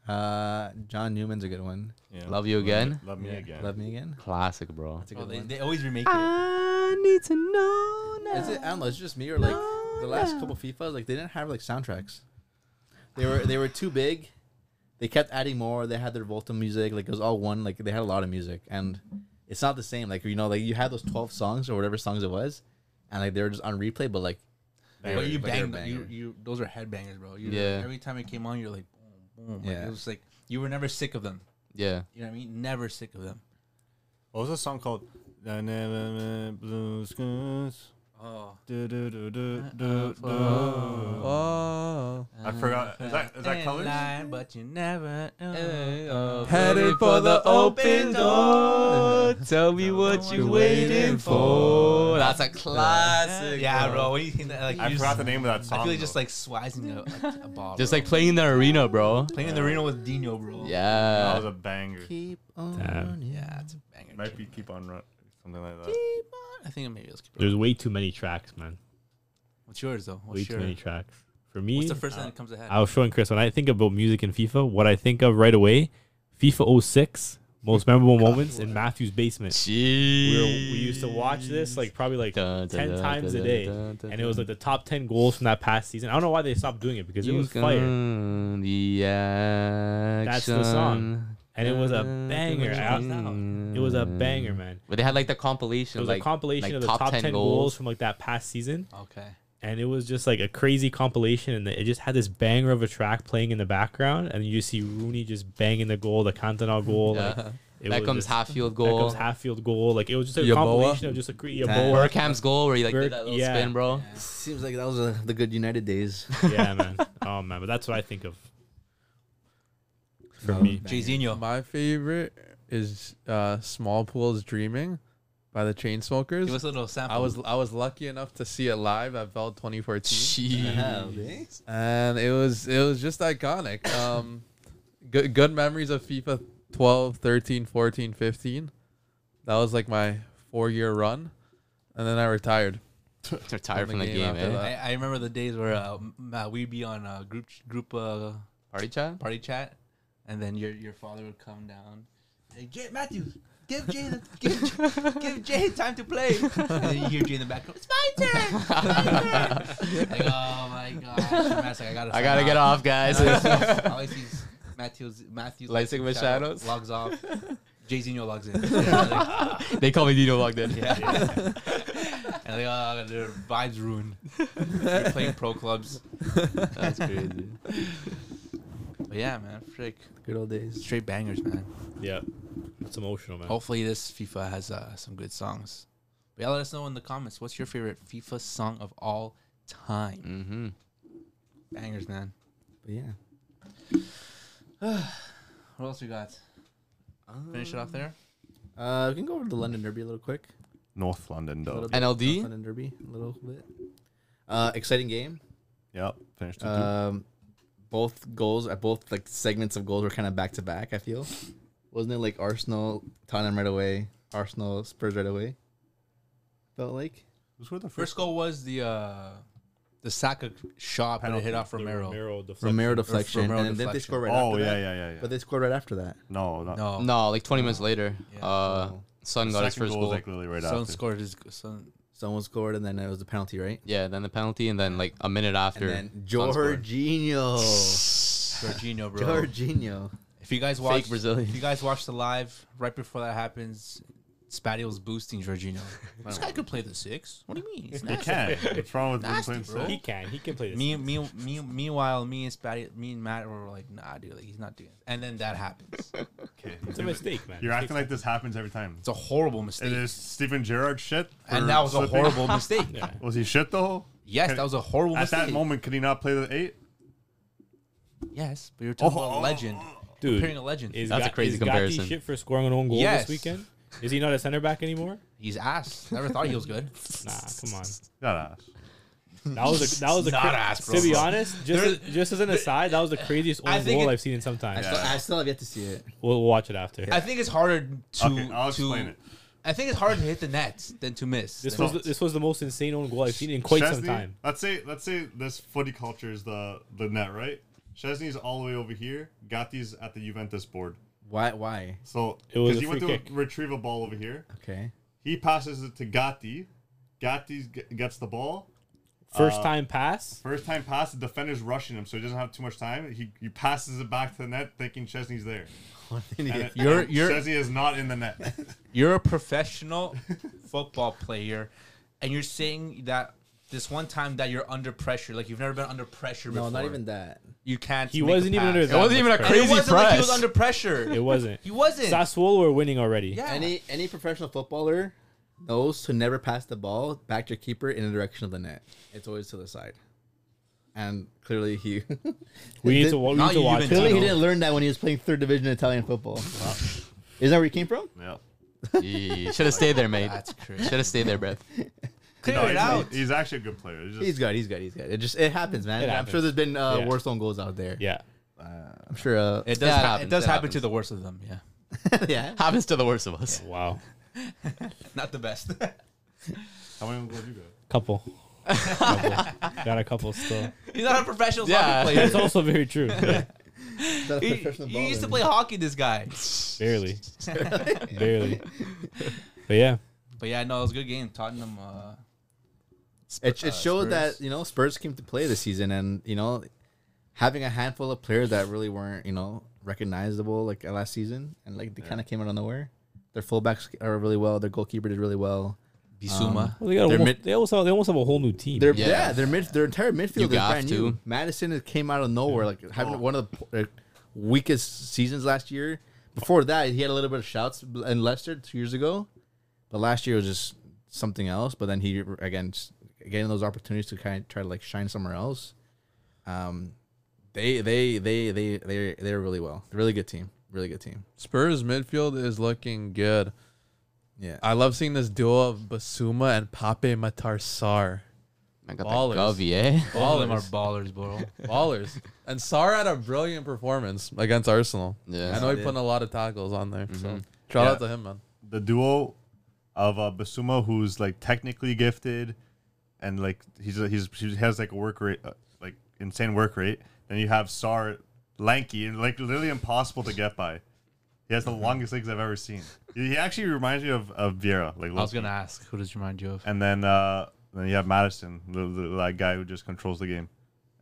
E: uh, John Newman's a good one.
H: Yeah.
B: Love you
H: Love
B: again.
H: Me, love me again.
E: Love me again.
B: Classic, bro.
E: That's a
C: Oh,
E: good
C: they,
E: one.
C: they always remake it.
B: Ah. I need to know
E: Is it, I don't know. It's just me or like the last couple FIFAs, like they didn't have like soundtracks. They were they were too big. They kept adding more. They had their Volta music. Like it was all one. Like they had a lot of music, and it's not the same. Like you know, like you had those twelve songs or whatever songs it was, and like they were just on replay. But like
C: But you
E: Like they're
C: bang, them- you,
E: banger.
C: you those are headbangers, bro. You,
B: Yeah.
C: Every time it came on, you're like, boom, boom. Like,
E: Yeah.
C: it was like you were never sick of them.
B: Yeah.
C: You know what I mean? Never sick of them.
H: What was the song called? I never met blue skies.
C: Oh.
H: Du- du- du- du- du- du. I forgot. Is that, is that colors?
C: but you never.
B: Uh,
D: headed for the open
C: [laughs]
D: door.
B: Tell me what
D: you waiting for.
B: That's a classic.
C: Yeah, bro. What do you think? That, like,
H: I
C: you
H: forgot
C: just,
H: the name of that
C: I
H: song.
C: feel like just
H: though.
C: like swazzing a,
H: [laughs]
C: a- a ball.
B: Just
C: bro.
B: like playing in the arena, bro.
C: playing in the arena with Dino, bro.
B: Yeah.
H: that was a banger.
E: Keep on.
A: Damn.
C: Oh, yeah, it's a banger.
H: Might be keep on run something like that.
C: I think maybe let's keep it.
A: There's way too many tracks, man.
C: What's yours though?
A: Way
C: What's
A: too many
C: yours?
A: tracks. For me,
C: Oh,
A: uh,
C: What's the first thing that comes
B: Uh,
C: ahead?
A: I was showing Chris when I think about music in FIFA, what I think of right away, FIFA 06, most memorable moments in Matthew's basement. We, were, we used to watch this like probably like
B: Dun, dun,
A: 10
B: dun,
A: times
B: dun,
A: a day.
B: dun, dun,
A: And it was like the top 10 goals from that past season. I don't know why they stopped doing it because it was fire.
B: gonna- The action.
A: That's the song. And it was a banger. I- It was a banger, man.
B: But they had like the
A: It
B: compilation.
A: was
B: like,
A: a compilation
B: like
A: of the top, 10, goals from like that past season.
C: okay.
A: and it was just like a crazy compilation and it just had this banger of a track playing in the background and you see Rooney just banging the goal, the Cantona goal, like [laughs] it
B: Beckham's
A: just-
B: half field goal.
A: Beckham's half field goal, like it was just a
D: Yaboah?
A: compilation of just a cre-
B: [laughs]
A: Yaboah.
B: Burkamp's goal where he like
A: Burke-
B: did that little
A: yeah.
B: spin, bro.
E: Seems like that was uh, the good United days.
A: yeah, man. Oh man, but that's what I think of.
E: For
A: me.
C: Jazinho.
D: My favorite is uh, Small Pools Dreaming by the Chainsmokers.
C: Give us a little sample.
D: I was I was lucky enough to see it live at Veld 2014,
A: [laughs]
D: and it was it was just
E: [coughs]
D: iconic. Um, good good memories of FIFA 12, 13, 14, 15. That was like my four year run, and then I retired.
B: Retired from
D: the
B: the
D: game
B: game,
D: after
B: eh?
D: that.
C: I, I remember the days where uh, m- uh, we'd be on a group group uh,
B: Party chat?
C: party chat, and then your your father would come down. Hey, Jay, Matthew, give Jay the, give, give Jay time to play. and then you hear Jay in the background. It's my turn. It's my turn. like, oh my god! Matt's like, I gotta.
B: I
C: sign
B: gotta get
C: off.
B: off, guys. [laughs]
A: [laughs]
C: And I always- I always see Matthews. Matthews.
B: Lights like my shadows.
C: Logs off.
B: [laughs]
C: Jay Zinho logs in.
B: they call me Dino Vlog then.
C: Yeah. and they all their vibes ruined. You're playing pro clubs.
B: [laughs] That's crazy.
C: But yeah, man, frick,
E: Good old days.
C: straight bangers, man.
A: Yeah. It's emotional,
B: Oh,
A: man.
C: Hopefully this FIFA has uh, some good songs. But yeah, let us know in the comments what's your favorite FIFA song of all time.
B: Mm-hmm.
C: Bangers, man.
E: But yeah.
C: What else we got? Finish it off there.
E: Uh, we can go over to the London Derby a little quick.
H: North London
E: A
H: though.
E: little bit.
B: NLD?
E: South London Derby a little bit. Uh, exciting game.
H: Yep. Finished
C: Uh,
H: it.
E: Um, both goals at both like segments of goals were kind of back to back. I feel, wasn't it like Arsenal Tottenham right away, Arsenal Spurs right away? Felt like
H: Those were the
C: First goal was the uh, the Saka shot, but it hit off
A: The
C: Romero.
A: deflection.
E: Romero deflection,
C: Romero
E: and then didn't they
C: deflection.
E: score right
H: oh
E: after
H: yeah,
E: that?
H: yeah, yeah, yeah.
E: But they scored right after that.
H: no, not,
C: No,
B: No, like 20 minutes later,
C: Yeah.
B: uh,
E: Oh.
B: Son got
H: Second
B: his first
H: goal was
B: goal.
H: like literally right
C: Son
H: after.
C: scored his son.
E: Someone scored, and then it was the penalty, right?
B: yeah, then the penalty, and then like a minute after.
E: And then
B: Son scored.
E: Jorginho.
C: Jorginho, bro.
E: Jorginho.
C: If you guys
B: Fake
C: watch
B: Brazilian.
C: if you guys watch the live right before that happens, Spatty was boosting Jorginho. this guy could play the six. What do you mean? He's
H: They
C: nasty. [laughs]
H: can. What's wrong with
C: Nasty,
H: playing
C: bro.
A: He
H: six?
A: can. He can play this.
C: Me, me, me, meanwhile, me and Spatty, me and Matt were like, nah, dude, like, he's not doing it. And then that happens.
H: Okay.
A: it's a mistake, man.
H: You're acting like this happens every time.
C: It's a horrible mistake.
H: And is Stephen Gerrard shit? for
C: And that was a
H: slipping? [laughs]
C: horrible mistake.
H: Was he shit though?
C: Yes, that was a horrible
H: At
C: mistake.
H: that moment, could he not play the eight?
C: Yes, but you're talking
H: Oh,
C: about a
H: oh,
C: legend.
A: Dude,
C: Comparing a legend.
A: Is
B: That's a
A: Ga-
B: crazy
A: is Gatti
B: comparison.
A: shit for scoring an own goal
C: Yes.
A: this weekend? Is he not a center back anymore?
C: He's ass. Never thought he
H: [laughs]
C: was good.
A: Nah, come on.
H: Got ass.
A: That was a that was a
C: Not
A: cra-
C: ass, bro.
A: to be honest. Just just as an aside, that was the craziest
C: I
A: own
C: think
A: goal
C: it-
A: I've seen in some time.
E: Still- I still have yet to see it.
A: We'll, we'll watch it after.
C: I think it's harder to.
H: Okay, I'll
C: to-
H: explain it.
C: I think it's harder to hit the net than to miss.
A: This
C: Than-
A: was the, this was the most insane own goal I've seen in quite some
H: Chesney-
A: time.
H: Let's say let's say this footy culture is the the net, right? Chesney's all the way over here. Gatti's at the Juventus board.
E: Why? Why?
H: So
A: It was
H: because
A: a
H: he went to
A: free kick.
H: retrieve a ball over here,
E: Okay. [laughs]
H: he passes it to Gatti. Gatti g- gets the ball.
A: First
C: Uh,
A: time pass.
H: First time pass, the defender's rushing him, so he doesn't have too much time. He, he passes it back to the net, thinking Chesney's there. And it-
C: You're-
H: and
C: you're-
H: Chesney is not in the net.
C: you're a professional [laughs] football player and you're saying that this one time that you're under pressure like you've never been under pressure
E: No,
C: before
E: not even that.
C: you can't
A: He
C: make a
A: wasn't even
C: pass.
A: under that.
B: wasn't
A: much
B: even a
A: pressure.
C: And it
B: Crazy
C: wasn't like he was
B: press.
C: under pressure
A: It
C: [laughs]
A: wasn't.
C: he wasn't
A: Sassuolo were winning already.
C: yeah
E: Any any professional footballer knows to never pass the ball back to your keeper in the direction of the net. It's always to the side. and clearly he [laughs]
A: We need
E: did-
A: to, wa- we
C: Not
A: need to
C: you,
A: watch.
C: Juventus.
A: it.
E: clearly he didn't learn that when he was playing third division Italian football. Is that where he came from?
H: Yeah.
B: Should have stayed there, mate.
C: That's crazy.
B: Should have stayed there, Brett.
C: Clear
H: No,
C: it
H: he's,
C: out.
H: he's actually a good player. He's just,
E: He's good. He's good. He's good. It just it happens, man.
A: It
E: I'm sure
A: happens.
E: there's been uh,
A: Yeah.
E: worse on goals out there.
A: Yeah.
E: I'm sure. Uh,
C: It does.
B: That
C: hap-
B: happens,
C: it does
B: that
C: happen to
B: happens.
C: the worst of them. Yeah,
E: [laughs] yeah.
B: Happens to the worst of us.
A: Wow.
C: not the best.
H: how many goals you got?
C: [laughs]
A: Couple. couple. Got a couple still.
C: He's not a professional
B: Yeah.
C: soccer player.
A: That's also very
C: [laughs]
A: true. Yeah.
C: He, he used to play hockey. This guy. [laughs]
A: Barely. Barely. But yeah.
C: But yeah, no, it was a good game. Tottenham. Uh,
E: It, it showed
C: Spurs.
E: that you know Spurs came to play this season, and you know having a handful of players that really weren't you know recognizable like last season, and like they kind of came out of nowhere. Their fullbacks are really well. Their goalkeeper did really well.
C: Bisuma.
A: Well, they got
E: They're
A: almost,
E: mid-
A: they almost have, they almost have a whole new team.
E: Their yeah.
B: Yeah.
E: their mid, their entire midfield is
B: got
E: brand
B: to. Oh.
E: new. Madison is- came out of nowhere, like having one of the po- like, weakest seasons last year. Before that, he had a little bit of shouts in Leicester two years ago, but last year was just something else. But then he again s- getting those opportunities to kind of try to like shine somewhere else. Um, they they they they they they're really well, really good team, really good team.
D: Spurs midfield is looking good.
E: Yeah,
D: I love seeing this duo of Basuma and Pape Matarsar.
B: I got
D: Ballers.
B: that Govey, eh?
C: All of them are ballers, bro.
D: [laughs] Ballers. and Sar had a brilliant performance against Arsenal.
B: Yeah.
D: I know he
E: Yeah. Mm-hmm.
D: put in a lot of tackles on there. So shout out to him, man.
H: The duo of uh, Basuma, who's like technically gifted, and like he's a, he's he has like a work rate, uh, like insane work rate. Then you have Sar, lanky and like literally impossible to get by. He has the longest legs I've ever seen. He he actually reminds me of, of Vieira. Like
C: I was gonna ask, who does it remind you of?
H: and then uh, then you have Madison, the, the, that guy who just controls the game,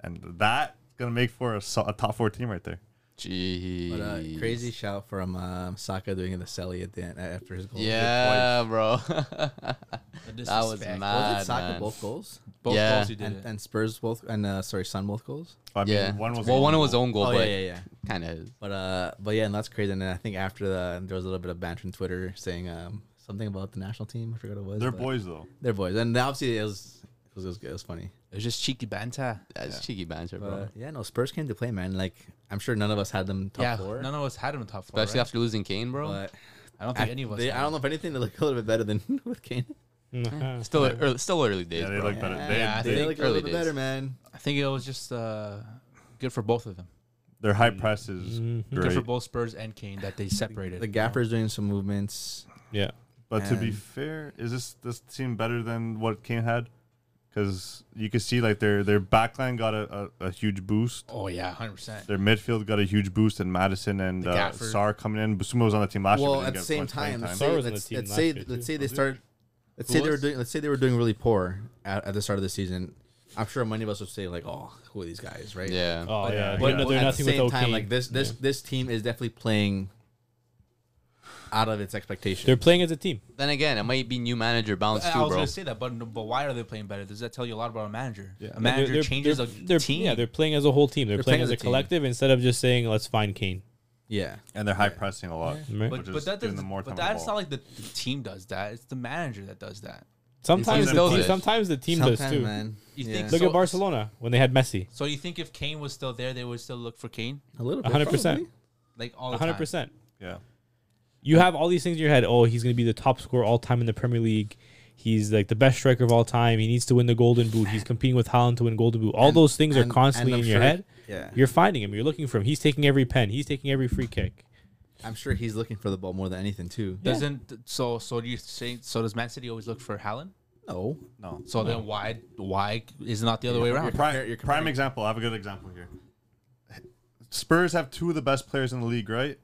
H: and that's gonna make for a, so- a top four team right there.
B: Jeez.
E: but, uh, crazy shout from um, Saka doing the celly at the end after his goal.
B: Yeah, bro. [laughs] that was
C: disrespect.
E: was
B: mad.
E: it Saka
B: man.
E: both goals?
C: Both
B: Yeah.
C: goals you did.
E: and,
C: it.
E: and Spurs both and uh, sorry Sun both goals.
H: I mean,
B: yeah.
H: one was
B: well,
H: own
B: one
H: goal.
B: was own goal, Oh, but
E: Oh, yeah.
B: kind of.
E: But uh, but yeah, and that's crazy. And then I think after the there was a little bit of banter on Twitter saying um something about the national team. I forgot what it was.
H: They're
E: but-
H: boys though.
E: They're boys, and obviously it was it was it was, good. It was funny.
C: It was just cheeky banter.
B: That's cheeky banter,
E: But
B: bro.
E: yeah, no Spurs came to play, man. Like I'm sure none of us had them top
C: yeah,
E: four.
C: none of us had him in top four.
B: Especially
C: right?
B: after losing Kane, bro.
E: But
C: I don't think any of us.
E: they,
C: had
E: I don't
C: him.
E: know if anything they look a little bit better than [laughs] with Kane.
A: Mm-hmm.
C: [laughs]
B: Still, early, still early days,
H: Yeah, they
B: bro.
H: look better. They,
C: Yeah, I
E: They
C: think
E: look a little
B: early
E: bit
B: days.
E: better, man.
C: I think it was just uh, good for both of them.
H: Their high press is
C: Good
A: Mm-hmm.
H: great.
C: for both Spurs and Kane that they separated.
E: The Gaffer's doing some movements.
A: Yeah.
H: But to be
E: And-
H: fair, is this this team better than what Kane had? Because you can see like their their backline got a, a, a huge boost.
C: Oh yeah, hundred percent.
H: Their midfield got a huge boost, and Madison and
C: The
H: uh,
C: Gafford.
H: Sar coming in. Basuma was on the team last year.
E: well,
H: but
E: at
H: didn't
E: the
H: get
E: same
H: much playing
E: time, let's
A: Sar
E: say
A: was on
E: let's,
A: the team
E: let's
A: last
E: say
A: year,
E: let's
A: too.
E: say they start. Let's say they were
C: was?
E: doing let's say they were doing really poor at, at the start of the season. I'm sure many of us would say like, "Oh, who are these guys?" Right?
B: Yeah.
A: Oh yeah.
E: But
A: But no, they're
E: at
A: nothing
E: the
A: with
E: same time,
A: O'Kane.
E: like this this this team is definitely playing out of its expectation.
A: They're playing as a team.
B: Then again, it might be new manager bounce
C: I
B: too,
C: was
B: bro.
C: gonna say that, but but why are they playing better? Does that tell you a lot about a manager? Yeah. A
A: They're-
C: manager
A: they're-
C: changes
A: they're-
C: a
A: they're-
C: team.
A: Yeah, they're playing as a whole team. They're, playing, as a,
E: team.
A: collective instead of just saying let's find Kane.
E: yeah.
H: and they're high pressing a lot.
A: Right?
H: which
C: but
H: is
C: but that
H: giving
C: does,
H: them more time
C: but
H: on the
C: that's
H: ball.
C: not like the, the team does that. It's the manager that does that.
A: sometimes
B: Sometimes
A: the
B: it
A: team,
B: does.
A: sometimes the team does
E: Sometimes,
A: too.
E: man.
C: You
E: yeah.
C: think
A: Look
C: so-
A: at Barcelona when they had Messi.
C: So you think if Kane was still there, they would still look for Kane
E: a little bit,
A: 100%.
E: probably.
C: like all the time.
A: 100%.
H: Yeah.
A: You have all these things in your head. Oh, he's going to be the top scorer all time in the Premier League. He's like the best striker of all time. He needs to win the Golden Boot. He's competing with Holland to win Golden Boot. All
E: And-
A: those things
E: and-
A: are
E: and
A: constantly
E: I'm
A: in your
E: sure-
A: head.
E: Yeah.
A: You're finding him. You're looking for him. He's taking every pen. He's taking every free kick.
E: I'm sure he's looking for the ball more than anything too.
C: Doesn't so so do you say so? Does Man City always look for Haaland?
E: No.
H: No.
C: So then why why is it not the other way around?
H: Prime,
E: compar- you're
H: prime
E: comparing-
H: example. I have a good example here. Spurs have two of the best players in the league, right?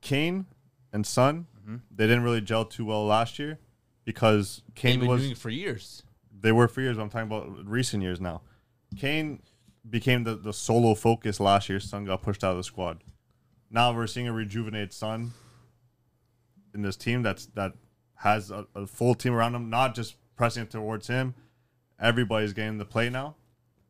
H: Kane and Son.
E: Mm-hmm.
H: They didn't really gel too well last year because
C: They've
H: Kane
C: been
H: was
C: doing it for years.
H: they were for years. but I'm talking about recent years now. Kane became the, the solo focus last year. Son got pushed out of the squad. Now we're seeing a rejuvenated Son in this team that's that has a, a full team around him, not just pressing it towards him. Everybody's getting the play now.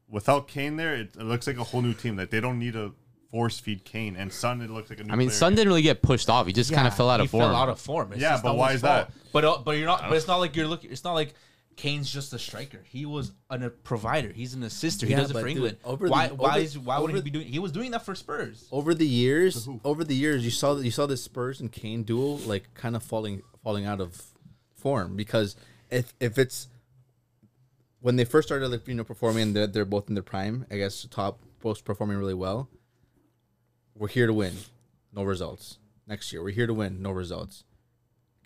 H: Without Kane there, it, it looks like a whole new team. Like they don't need to force feed Kane and Son. It looks like a new.
B: I mean,
H: player
B: Sun
H: again.
B: didn't really get pushed off. He just kind
C: Yeah,
B: of fell out
C: he
B: of form.
C: Fell out of form. It's
H: Yeah,
C: just
H: but
C: no
H: why
C: one's
H: is that?
C: fault. But uh, but you're not. But it's not like you're looking. It's not like Kane's just a striker. He was an, a provider. He's an assister. He
E: Yeah,
C: does it
E: but
C: for
E: dude,
C: England.
E: over the-
C: why? why
E: over-
C: is? Why would he
E: over-
C: be doing? He was doing that for Spurs.
E: over the years, over the years, you saw that you saw the Spurs and Kane duel like kind of falling falling out of form because if if it's when they first started like you know performing, they're, they're both in their prime. I guess top both performing really well. We're here to win, no results. Next year, we're here to win, no results.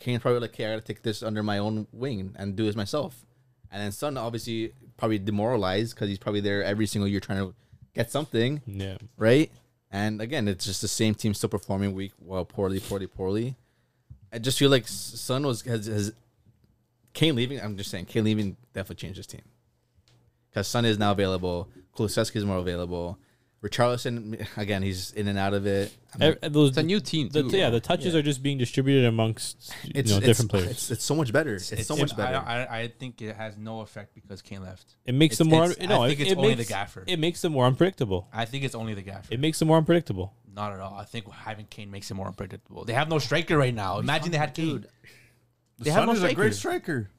E: Kane's probably like, okay, I gotta take this under my own wing and do this myself. And then Son obviously probably demoralized because he's probably there every single year trying to get something
A: Yeah.
E: right? And again, it's just the same team still performing weak, well, poorly, poorly, poorly. I just feel like S- Sun was has, has Kane leaving. I'm just saying, Kane leaving definitely changed this team because Sun is now available. Kulusevski is more available. Richarlison again, he's in and out of it. I'm like,
A: Ev- E, Those,
B: It's a new team
A: the,
B: too.
A: yeah, the touches are just being distributed amongst you
E: it's
A: know,
E: it's-
A: different players.
E: It's, it's so much better. It's, so much better.
C: I, I, I think it has no effect because Kane left.
A: it makes
C: it's-
A: them more.
C: it's-
A: no,
C: I think
A: it,
C: it's
A: it
C: only
A: makes,
C: the gaffer.
A: It makes them more unpredictable.
C: I think it's only the gaffer.
A: It makes them more unpredictable.
C: Not at all. I think having Kane makes it more unpredictable. They have no striker right now. Imagine they had Kane. They have
H: Son
C: no
H: is a
C: striker.
H: great striker.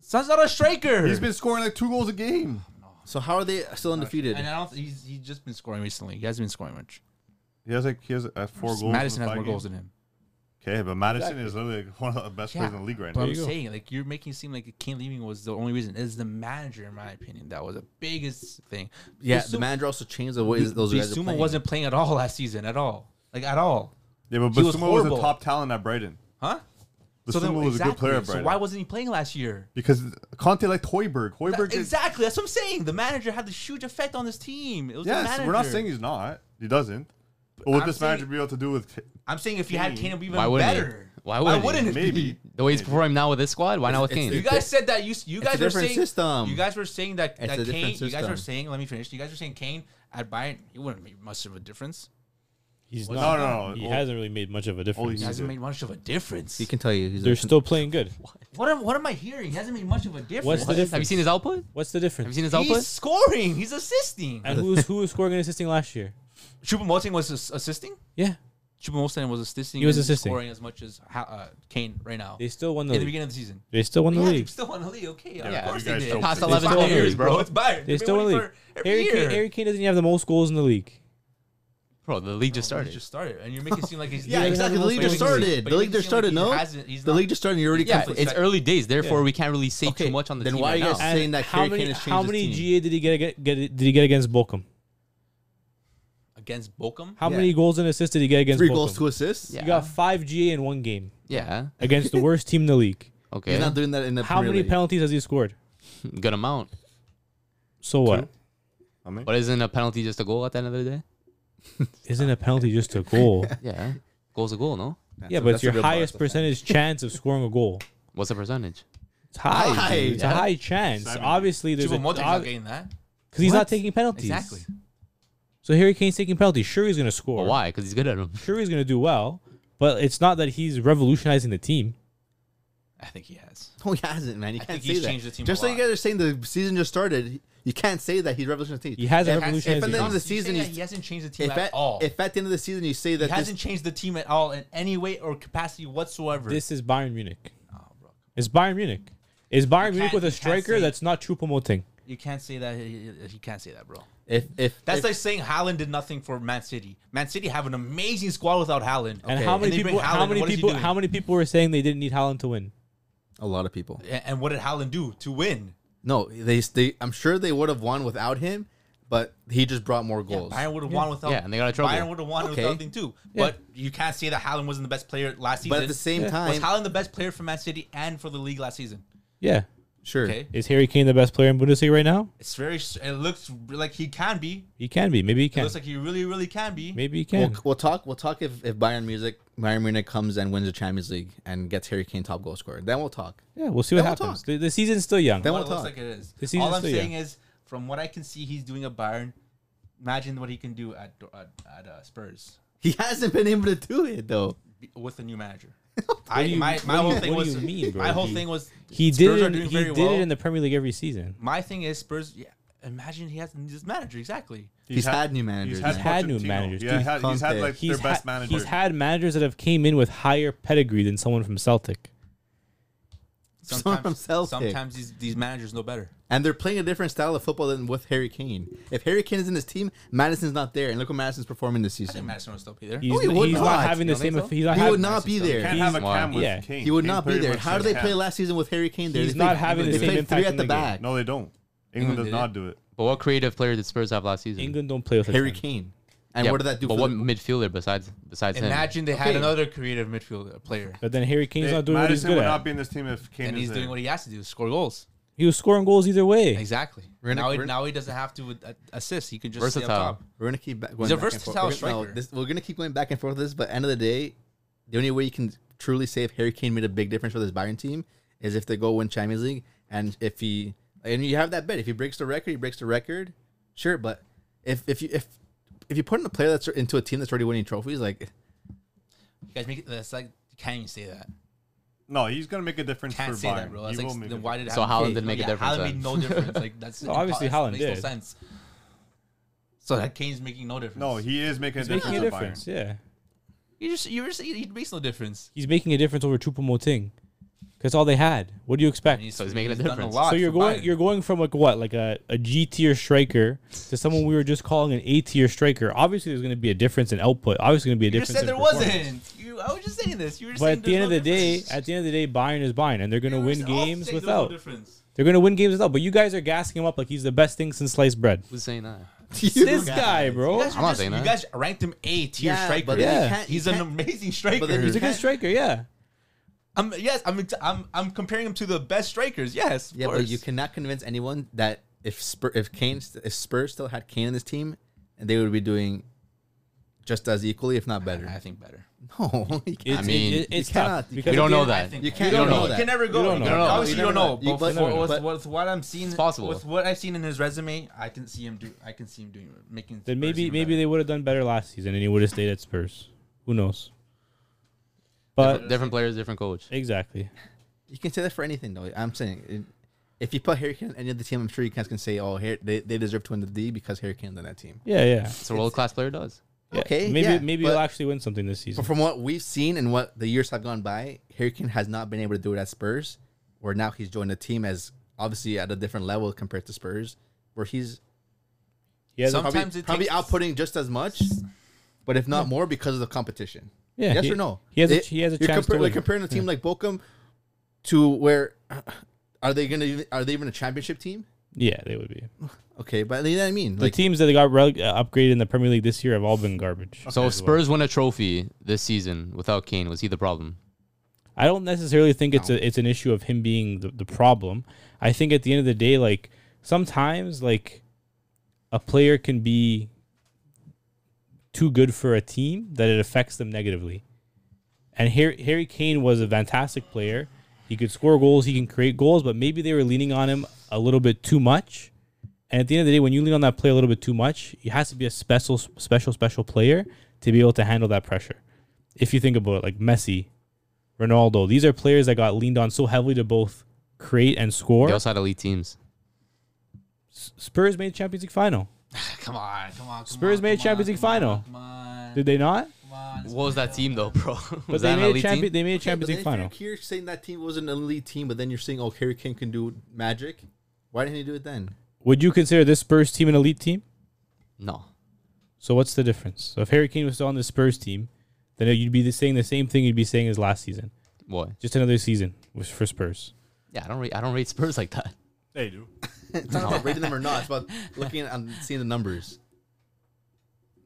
C: Son's not a striker.
H: He's been scoring like two goals a game.
E: so how are they still undefeated?
C: and I don't. He's, he's just been scoring recently. He hasn't been scoring much.
H: He has like he has uh, four goals. in
C: Madison
H: the
C: has
H: five
C: more goals
H: games.
C: than him.
H: Okay, but Madison is literally like one of the best players in the league right
C: But
H: now.
C: I'm
A: you go.
C: saying, like, you're making it seem like Kane leaving was the only reason. It's the manager, in my opinion, that was the biggest thing.
E: yeah, the
C: Bissouma-
E: manager also changed the ways those guys are
C: Bissouma
E: playing.
C: wasn't playing at all last season, at all, like at all,
H: Yeah, but
C: He was
H: Basuma was, a
C: horrible.
H: top talent at Brighton.
C: huh?
H: Basuma was a good player at
C: So
H: Brighton.
C: why wasn't he playing last year?
H: because Conte liked Hoiberg. Hoiberg
C: That-
H: did-
C: exactly. That's what I'm saying. The manager had this huge effect on this team. It was the
H: Yes,
C: manager.
H: we're not saying he's not. He doesn't. But would
C: I'm
H: this
C: saying-
H: manager be able to do with?
C: I'm saying if you had Kane, it would be even
B: Why wouldn't he?
C: better.
B: Why wouldn't he?
C: it
H: Maybe.
C: be?
B: The way he's performing now with this squad, why not with
E: it's-
B: Kane?
C: You guys said that you you guys
E: a
C: were
E: different
C: saying
E: system.
C: you guys were saying that,
E: It's
C: that
E: a
C: Kane
E: different
C: you guys were
E: system.
C: saying let me finish you guys were saying Kane at Bayern he wouldn't make much of a difference
A: He's
H: No,
A: not.
H: no,
C: Oh,
H: no.
A: He
H: Well-
A: hasn't really made much of a difference.
C: he
H: he's-
C: hasn't made much of a difference
E: He can tell you. He's
A: They're
E: a-
A: still playing good.
C: what am what am I hearing he hasn't made much of a difference
A: What's the difference?
B: Have you seen his output?
A: What's the difference?
B: Have you seen his
C: he's
B: output?
C: scoring he's assisting
A: [laughs] and who's who was scoring and assisting last year?
C: Choupo-Moting was ass- assisting
A: Yeah,
C: Choupo-Moting was assisting
A: He was
C: and
A: assisting.
C: scoring as much as Ha- uh, Kane right now
A: they still won the
C: in the
A: league.
C: beginning of the season
A: They still won the
C: yeah,
A: league.
C: they still won the league. Okay, of
B: Yeah,
C: course
H: you
C: they
H: guys
C: did.
H: don't-
B: Past
H: It's
B: 11
C: Bayern,
B: years, bro.
C: It's Bayern.
A: They
C: They've been
A: still won the
C: winning
A: league.
C: for every
A: Harry Kane,
C: year.
A: Harry Kane doesn't even have the most goals in the league.
B: Bro, the league just
C: Started.
B: started.
C: Oh, just started, and you're making it seem like he's
E: yeah, exactly. The league just started. The league just started. No, the league just started. and You already
B: yeah,
E: come
B: it's early days, therefore we can't really say
E: Okay,
B: too much on the
E: then
B: team
E: why
B: right
E: you guys-
B: now.
A: And
E: Saying that
A: how
E: Harry
A: many
E: Kane has changed
A: how
E: his
A: many
E: team.
A: GA did he get, get, get did he get against Bolcom?
C: against Bochum.
A: How
E: Yeah.
A: many goals and assists did he get against
E: three
A: Bochum?
E: goals, two assists.
B: Yeah.
A: You got five GA in one game
B: Yeah.
A: against the worst team in the league.
B: Okay.
E: He's not doing that in the
A: How
E: Premier
A: many
E: League.
A: penalties has he scored?
B: [laughs] Good amount.
A: So what?
H: I mean,
B: But isn't a penalty just a goal at the end of the day?
A: Isn't a penalty just a
C: [laughs]
A: goal?
B: Yeah. Goal's a goal, no?
A: yeah,
E: so
A: but
E: that's
A: it's
E: a
A: your
E: real bar,
A: highest
E: that's a fact.
C: [laughs]
A: percentage chance of scoring a goal.
B: What's the percentage?
A: It's high.
E: High,
A: dude. It's a
B: yeah.
A: high chance. Obviously, there's a
C: Choupo-Moting's not
A: because
C: getting that.
A: he's
B: What?
A: not taking penalties.
C: Exactly.
A: So Harry Kane's taking penalties. Sure, he's going to
B: But
A: score.
B: why? Because he's good at them.
A: Sure, he's going to do well. But it's not that he's revolutionizing the team.
C: I think he has.
E: No, [laughs] he hasn't, man. You
C: I
E: can't
C: think
E: say
C: he's
E: that.
C: changed the team
E: just
C: a
E: like you
C: lot.
E: guys are saying, the season just started. You can't say that he's revolutionized the team.
A: He has
E: If-
A: a revolutionized
E: if at the end
A: team.
E: of the
C: You're
E: season,
C: saying that
E: he's-
C: he hasn't changed the team
E: If
C: at
E: at,
C: all.
E: if at the end of the season you say
C: he
E: that this,
C: hasn't changed the team at all in any way or capacity whatsoever.
A: This is Bayern Munich.
C: oh, bro.
A: It's Bayern Munich. Is Bayern Munich
C: can't-
A: with
C: you
A: a
C: can't
A: striker
C: say-
A: that's not Choupo-Moting?
C: You can't say that. He, he can't say that, bro.
E: if if
C: That's
E: if,
C: like saying Haaland did nothing for Man City. Man City have an amazing squad without Haaland.
A: And
E: Okay.
A: how
E: And
A: many
C: they bring
A: people? How
C: Haaland,
A: many
C: what is he
A: people?
C: doing?
A: How many people were saying they didn't need Holland to win?
E: a lot of people.
C: A- And what did Haaland do to win?
E: No, they they. I'm sure they would have won without him, but he just brought more
C: Yeah,
E: goals.
C: Bayern would have won without.
B: Yeah, and they got in trouble.
C: Bayern would have won
E: Okay.
C: without him too. But you can't say that Haaland wasn't the best player last season.
E: but at the same
C: was
E: time,
C: Haaland the best player for Man City and for the league last season?
A: Yeah.
E: sure.
C: Okay,
A: Is Harry Kane the best player in Bundesliga right now?
C: it's very. It looks like he can be.
A: He can be. Maybe he
C: It
A: can.
C: looks like he really, really can be.
A: Maybe he
E: We'll,
A: can.
E: we'll talk. We'll talk if, if Bayern Music Bayern Munich comes and wins the Champions League and gets Harry Kane top goal scorer. Then we'll talk.
A: yeah, we'll see what
E: we'll
A: happens.
E: talk.
A: the, the season's still young.
E: Then
C: What
E: we'll
C: it looks
E: talk.
C: like it is.
A: The season's
C: All I'm
A: still
C: saying
A: young.
C: is, from what I can see, he's doing at Bayern. Imagine what he can do at at, at uh, Spurs
E: He hasn't been able to do it though.
C: be- with a
E: [laughs]
C: new manager. I,
A: do you-
C: my
A: what
C: my
A: do
C: whole
A: you-
C: thing
A: what do
C: was
A: you mean, bro?
C: my whole
A: He-
C: thing was
A: he did.
C: Spurs
A: It
C: are
A: in,
C: doing
A: he
C: very
A: did
C: well.
A: it in the Premier League every season.
C: my thing is Spurs. Yeah, imagine he has this manager exactly.
E: He's, had, new managers.
A: had
E: man.
A: new
H: Pochettino.
A: managers.
H: Yeah,
A: He's
H: had- he's had
E: Conte.
H: like
A: He's
H: their best
A: ha-
H: manager.
A: He's had managers that have came in with higher pedigree than someone from Celtic.
E: Someone from
C: Sometimes,
E: Celtic.
C: sometimes these, these managers know better.
E: And they're playing a different style of football than with Harry Kane. If Harry Kane is in his team, Madison's not there. And look what Madison's performing this
C: I think
E: season.
C: Madison will still be there.
A: He's,
E: he would
A: he's not,
E: not.
A: having the
C: You don't
A: same.
C: think
A: eff-
C: so?
A: he's not
E: He
A: having,
E: would not be there.
G: Can't have a
B: Why?
G: cam with
A: Yeah.
G: Kane.
E: He would
G: Kane
E: not be
G: pretty
E: there.
G: much
E: How do
G: said
E: they
G: cam.
E: play last season with Harry Kane? There,
A: He's
E: they
A: not
E: played-
A: having the
E: they
A: same
E: played
A: impact in
E: three at the
A: the game.
E: back.
G: No, they don't.
B: England
G: England does
B: did
G: not
B: it.
G: do it.
B: But what creative player did Spurs have last season?
A: England don't play with
E: Harry
A: Kane.
E: Kane. And
B: Yeah,
E: what did that do?
B: But
E: for
B: what
E: them?
B: midfielder besides besides him?
C: Imagine they had
E: Okay.
C: another creative midfielder player,
A: But then Harry Kane's
G: They-
A: not doing what he's
G: Madison
A: good
G: would
A: at.
G: not be in this team if Kane
C: and
G: is
C: he's
G: there.
C: doing what he has to do: score goals.
A: He was scoring goals either way.
C: Exactly.
E: We're gonna-
C: now, he,
E: we're-
C: now he doesn't have to with, uh, assist. He can just stay
B: Versatile.
C: up top.
E: We're gonna keep back. Going
C: a
E: back and forth.
C: versatile
E: We're gonna-
C: striker.
E: this, we're gonna keep going back and forth with this, but end of the day, the only way you can truly say if Harry Kane made a big difference for this Bayern team is if they go win Champions League, and if he and you have that bet. If he breaks the record, he breaks the record. Sure, but if if you if if you put in a player that's into a team that's already winning trophies, like
C: You guys make it. That's like you can't even say that.
G: No, he's gonna make a difference
C: Can't
G: for
C: say
G: Bayern.
C: that, bro. That's
G: he will
C: like
G: make
C: then
G: a
C: why did it
B: So
C: happen?
B: Haaland didn't make a
C: Yeah,
B: difference
C: Haaland made
B: then. [laughs]
C: no difference. Like that's
A: No, obviously
C: impossible.
A: Haaland
C: Makes no
A: did.
C: sense. So that Kane's making no difference.
G: No, he is making
A: He's
G: a difference.
A: making a
G: for
A: difference.
G: Bayern.
A: Yeah,
C: you just you were saying he makes no difference.
A: he's making a difference over Choupo-Moting. Because all they had. What do you expect?
C: And
B: So he's making a
C: done
B: difference.
C: lot
A: So you're
C: for
A: going
C: Bayern.
A: you're going from like what like a, a G tier striker to someone we were just calling an A tier striker. Obviously, there's going to be a difference in output. Obviously, going to be a
C: You
A: difference.
C: just said
A: in
C: there
A: performance.
C: wasn't. You, I was just saying this. You were
A: But
C: saying
A: at the end
C: there's
A: of
C: no
A: the day,
C: difference.
A: at the end of the day, Bayern is Bayern, and they're going to
C: You were
A: win
C: just- I'll
A: games
C: say there's no
A: without.
C: difference.
A: they're going to win games without. But you guys are gassing him up like he's the best thing since sliced bread.
B: Who's saying that?
A: [laughs] this guy,
C: You
A: bro.
C: guys,
B: I'm
C: are
B: not
C: just-
B: saying
C: you
B: that.
C: guys ranked him A tier
E: Yeah,
C: striker.
E: but
A: then you Yeah.
E: can't- you
C: he's an
E: can't-
C: amazing striker.
E: then you
A: He's a good
E: can't-
A: striker, yeah.
C: I'm, yes, I'm, ex- I'm. I'm comparing him to the best strikers. Yes, of
E: yeah,
C: course.
E: but you cannot convince anyone that if Spur, if Kane st- if Spurs still had Kane in this team, they would be doing just as equally, if not better.
C: I think better.
E: [laughs] No, you can't.
A: It's-
B: mean,
A: it- it's
E: you
A: tough
E: cannot- you
A: because
B: We don't know
C: I
B: that.
C: think
E: You
C: better.
E: can't-
B: We don't
E: you
B: know
E: don't
C: You
E: that.
B: that.
C: can never go.
A: You don't know.
B: You don't know.
C: Obviously, you don't know.
E: You-
C: But
E: but-
C: for- with,
E: but-
C: with what I'm seeing, it's
B: possible.
C: With what I've seen in his resume, I can see him do. I can see him doing making.
A: Then maybe
C: Spurs even
A: maybe
C: better.
A: they would have done better last season, and he would have stayed at Spurs. Who knows? But
B: Different players, different coach.
A: exactly,
E: You can say that for anything, though. I'm saying it- if you put Harry Kane on any other team, I'm sure you guys can say, "Oh, Harry, they, they deserve to win the D because Harry Kane's on that team."
A: yeah, yeah.
B: That's what a world class player does.
A: Yeah.
E: Okay,
A: maybe
E: yeah,
A: maybe
E: but-
A: he'll actually win something this season.
E: But from what we've seen and what the years have gone by, Harry Kane has not been able to do it at Spurs, where now he's joined a team as obviously at a different level compared to Spurs, where he's
A: He has a-
E: probably,
C: Sometimes it
E: probably
C: takes-
E: outputting just as much, but if not more because of the competition.
A: Yeah,
E: yes
A: he-
E: or no?
A: he has a ch- he has a
E: you're
A: chance to
E: compar- like
A: win.
E: comparing a team like Bochum to where uh, are they gonna even, are they even a championship team?
A: yeah, they would be.
E: Okay, but you know what I mean.
A: The
E: Like
A: teams that got rele- uh, upgraded in the Premier League this year have all been garbage.
B: So if Spurs win a trophy this season without Kane, was he the problem?
A: I don't necessarily think it's a it's an issue of him being the, the problem. I think at the end of the day, like sometimes like a player can be too good for a team that it affects them negatively. And Harry, Harry Kane was a fantastic player. He could score goals, he can create goals, but maybe they were leaning on him a little bit too much. And at the end of the day, when you lean on that player a little bit too much, he has to be a special, special, special player to be able to handle that pressure. If you think about it, like Messi, Ronaldo, these are players that got leaned on so heavily to both create and score.
B: They also had elite teams.
A: Spurs made Champions Legue final.
C: [sighs] Come on, come on. Come
A: Spurs
C: on,
A: made
C: come
A: Champions
C: on,
A: League
C: come on,
A: final.
C: Come on,
A: Did they not?
C: come on.
B: What was that team though, bro? [laughs] was
A: But
B: that
A: they
B: an
A: made,
B: elite
A: a
B: team?
A: champion, they made a
E: okay, but
A: Champions
E: then
A: League
E: if
A: final.
E: You're here saying that team was an elite team, but then you're saying, "Oh, Harry Kane can do magic." Why didn't he do it then?
A: Would you consider this Spurs team an elite team?
B: No.
A: So what's the difference? So if Harry Kane was still on the Spurs team, then you'd be saying the same thing you'd be saying as last season.
B: What?
A: Just another season was for Spurs.
B: Yeah, I don't rate I don't rate Spurs like that.
G: They do.
E: [laughs] It's not about rating them or not. It's about looking at and seeing the numbers.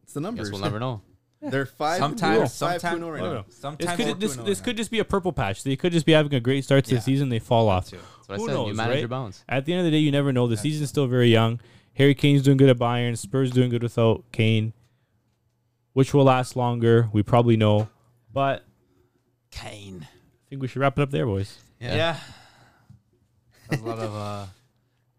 E: It's the numbers.
B: Guess we'll never know.
E: They're five.
C: Sometimes-
E: they're five
C: sometimes-
E: two and oh right
A: No,
E: now.
A: no. This
C: Sometimes
A: could, this, this could just be a purple patch. They could just be having a great start to the season. They fall off.
B: That's what
A: Who
B: I said.
A: knows,
B: you manage
A: right?
B: your bounce.
A: At the end of the day, you never know. The season's still very young. Harry Kane's doing good at Bayern. Spurs doing good without Kane. Which will last longer, we probably know. But
C: Kane.
A: I think we should wrap it up there, boys.
C: Yeah. There's a lot of uh,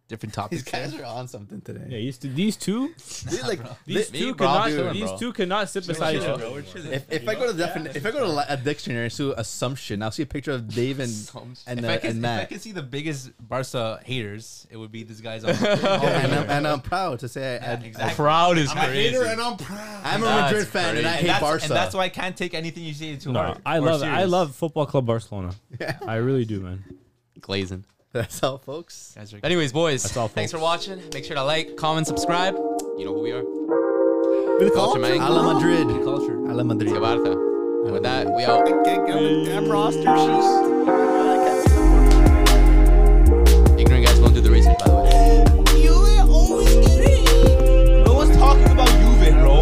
C: different topics.
E: These guys are on something today.
A: [laughs] Yeah, these two, these two,
E: These, like,
A: these
E: they-
A: two
B: bro,
A: cannot,
B: I'm chilling,
A: these
B: bro.
A: two cannot sit beside each other.
E: if, if I go to the defini- if I go to li- a dictionary, so assumption, I'll see a picture of Dave and and,
C: if,
E: uh,
C: I could,
E: and
C: if I
E: Matt.
C: could see the biggest Barca haters, it would be these
E: [laughs]
C: guys. On
E: Yeah, Oh, and,
C: [laughs]
E: I'm, and I'm proud to say I, I,
B: Proud is
E: I'm a Madrid fan and I hate
C: that's,
E: Barca.
C: And that's why I can't take anything you say to
A: No,
C: heart.
A: I
C: or
A: love I
B: [laughs]
C: serious.
A: love Football Club Barcelona. I really do, man.
B: glazing.
E: That's all, folks.
C: Guys are
B: Anyways, boys, That's
A: all,
B: thanks for
A: folks.
B: watching. Make sure to like, comment, subscribe. You know who we are. Culture, man.
E: A la Madrid.
C: culture.
E: A la Madrid.
B: Qué barta. With that, we out. Ignorant guys won't do the research, by the way.
C: No one's talking about Juve, bro.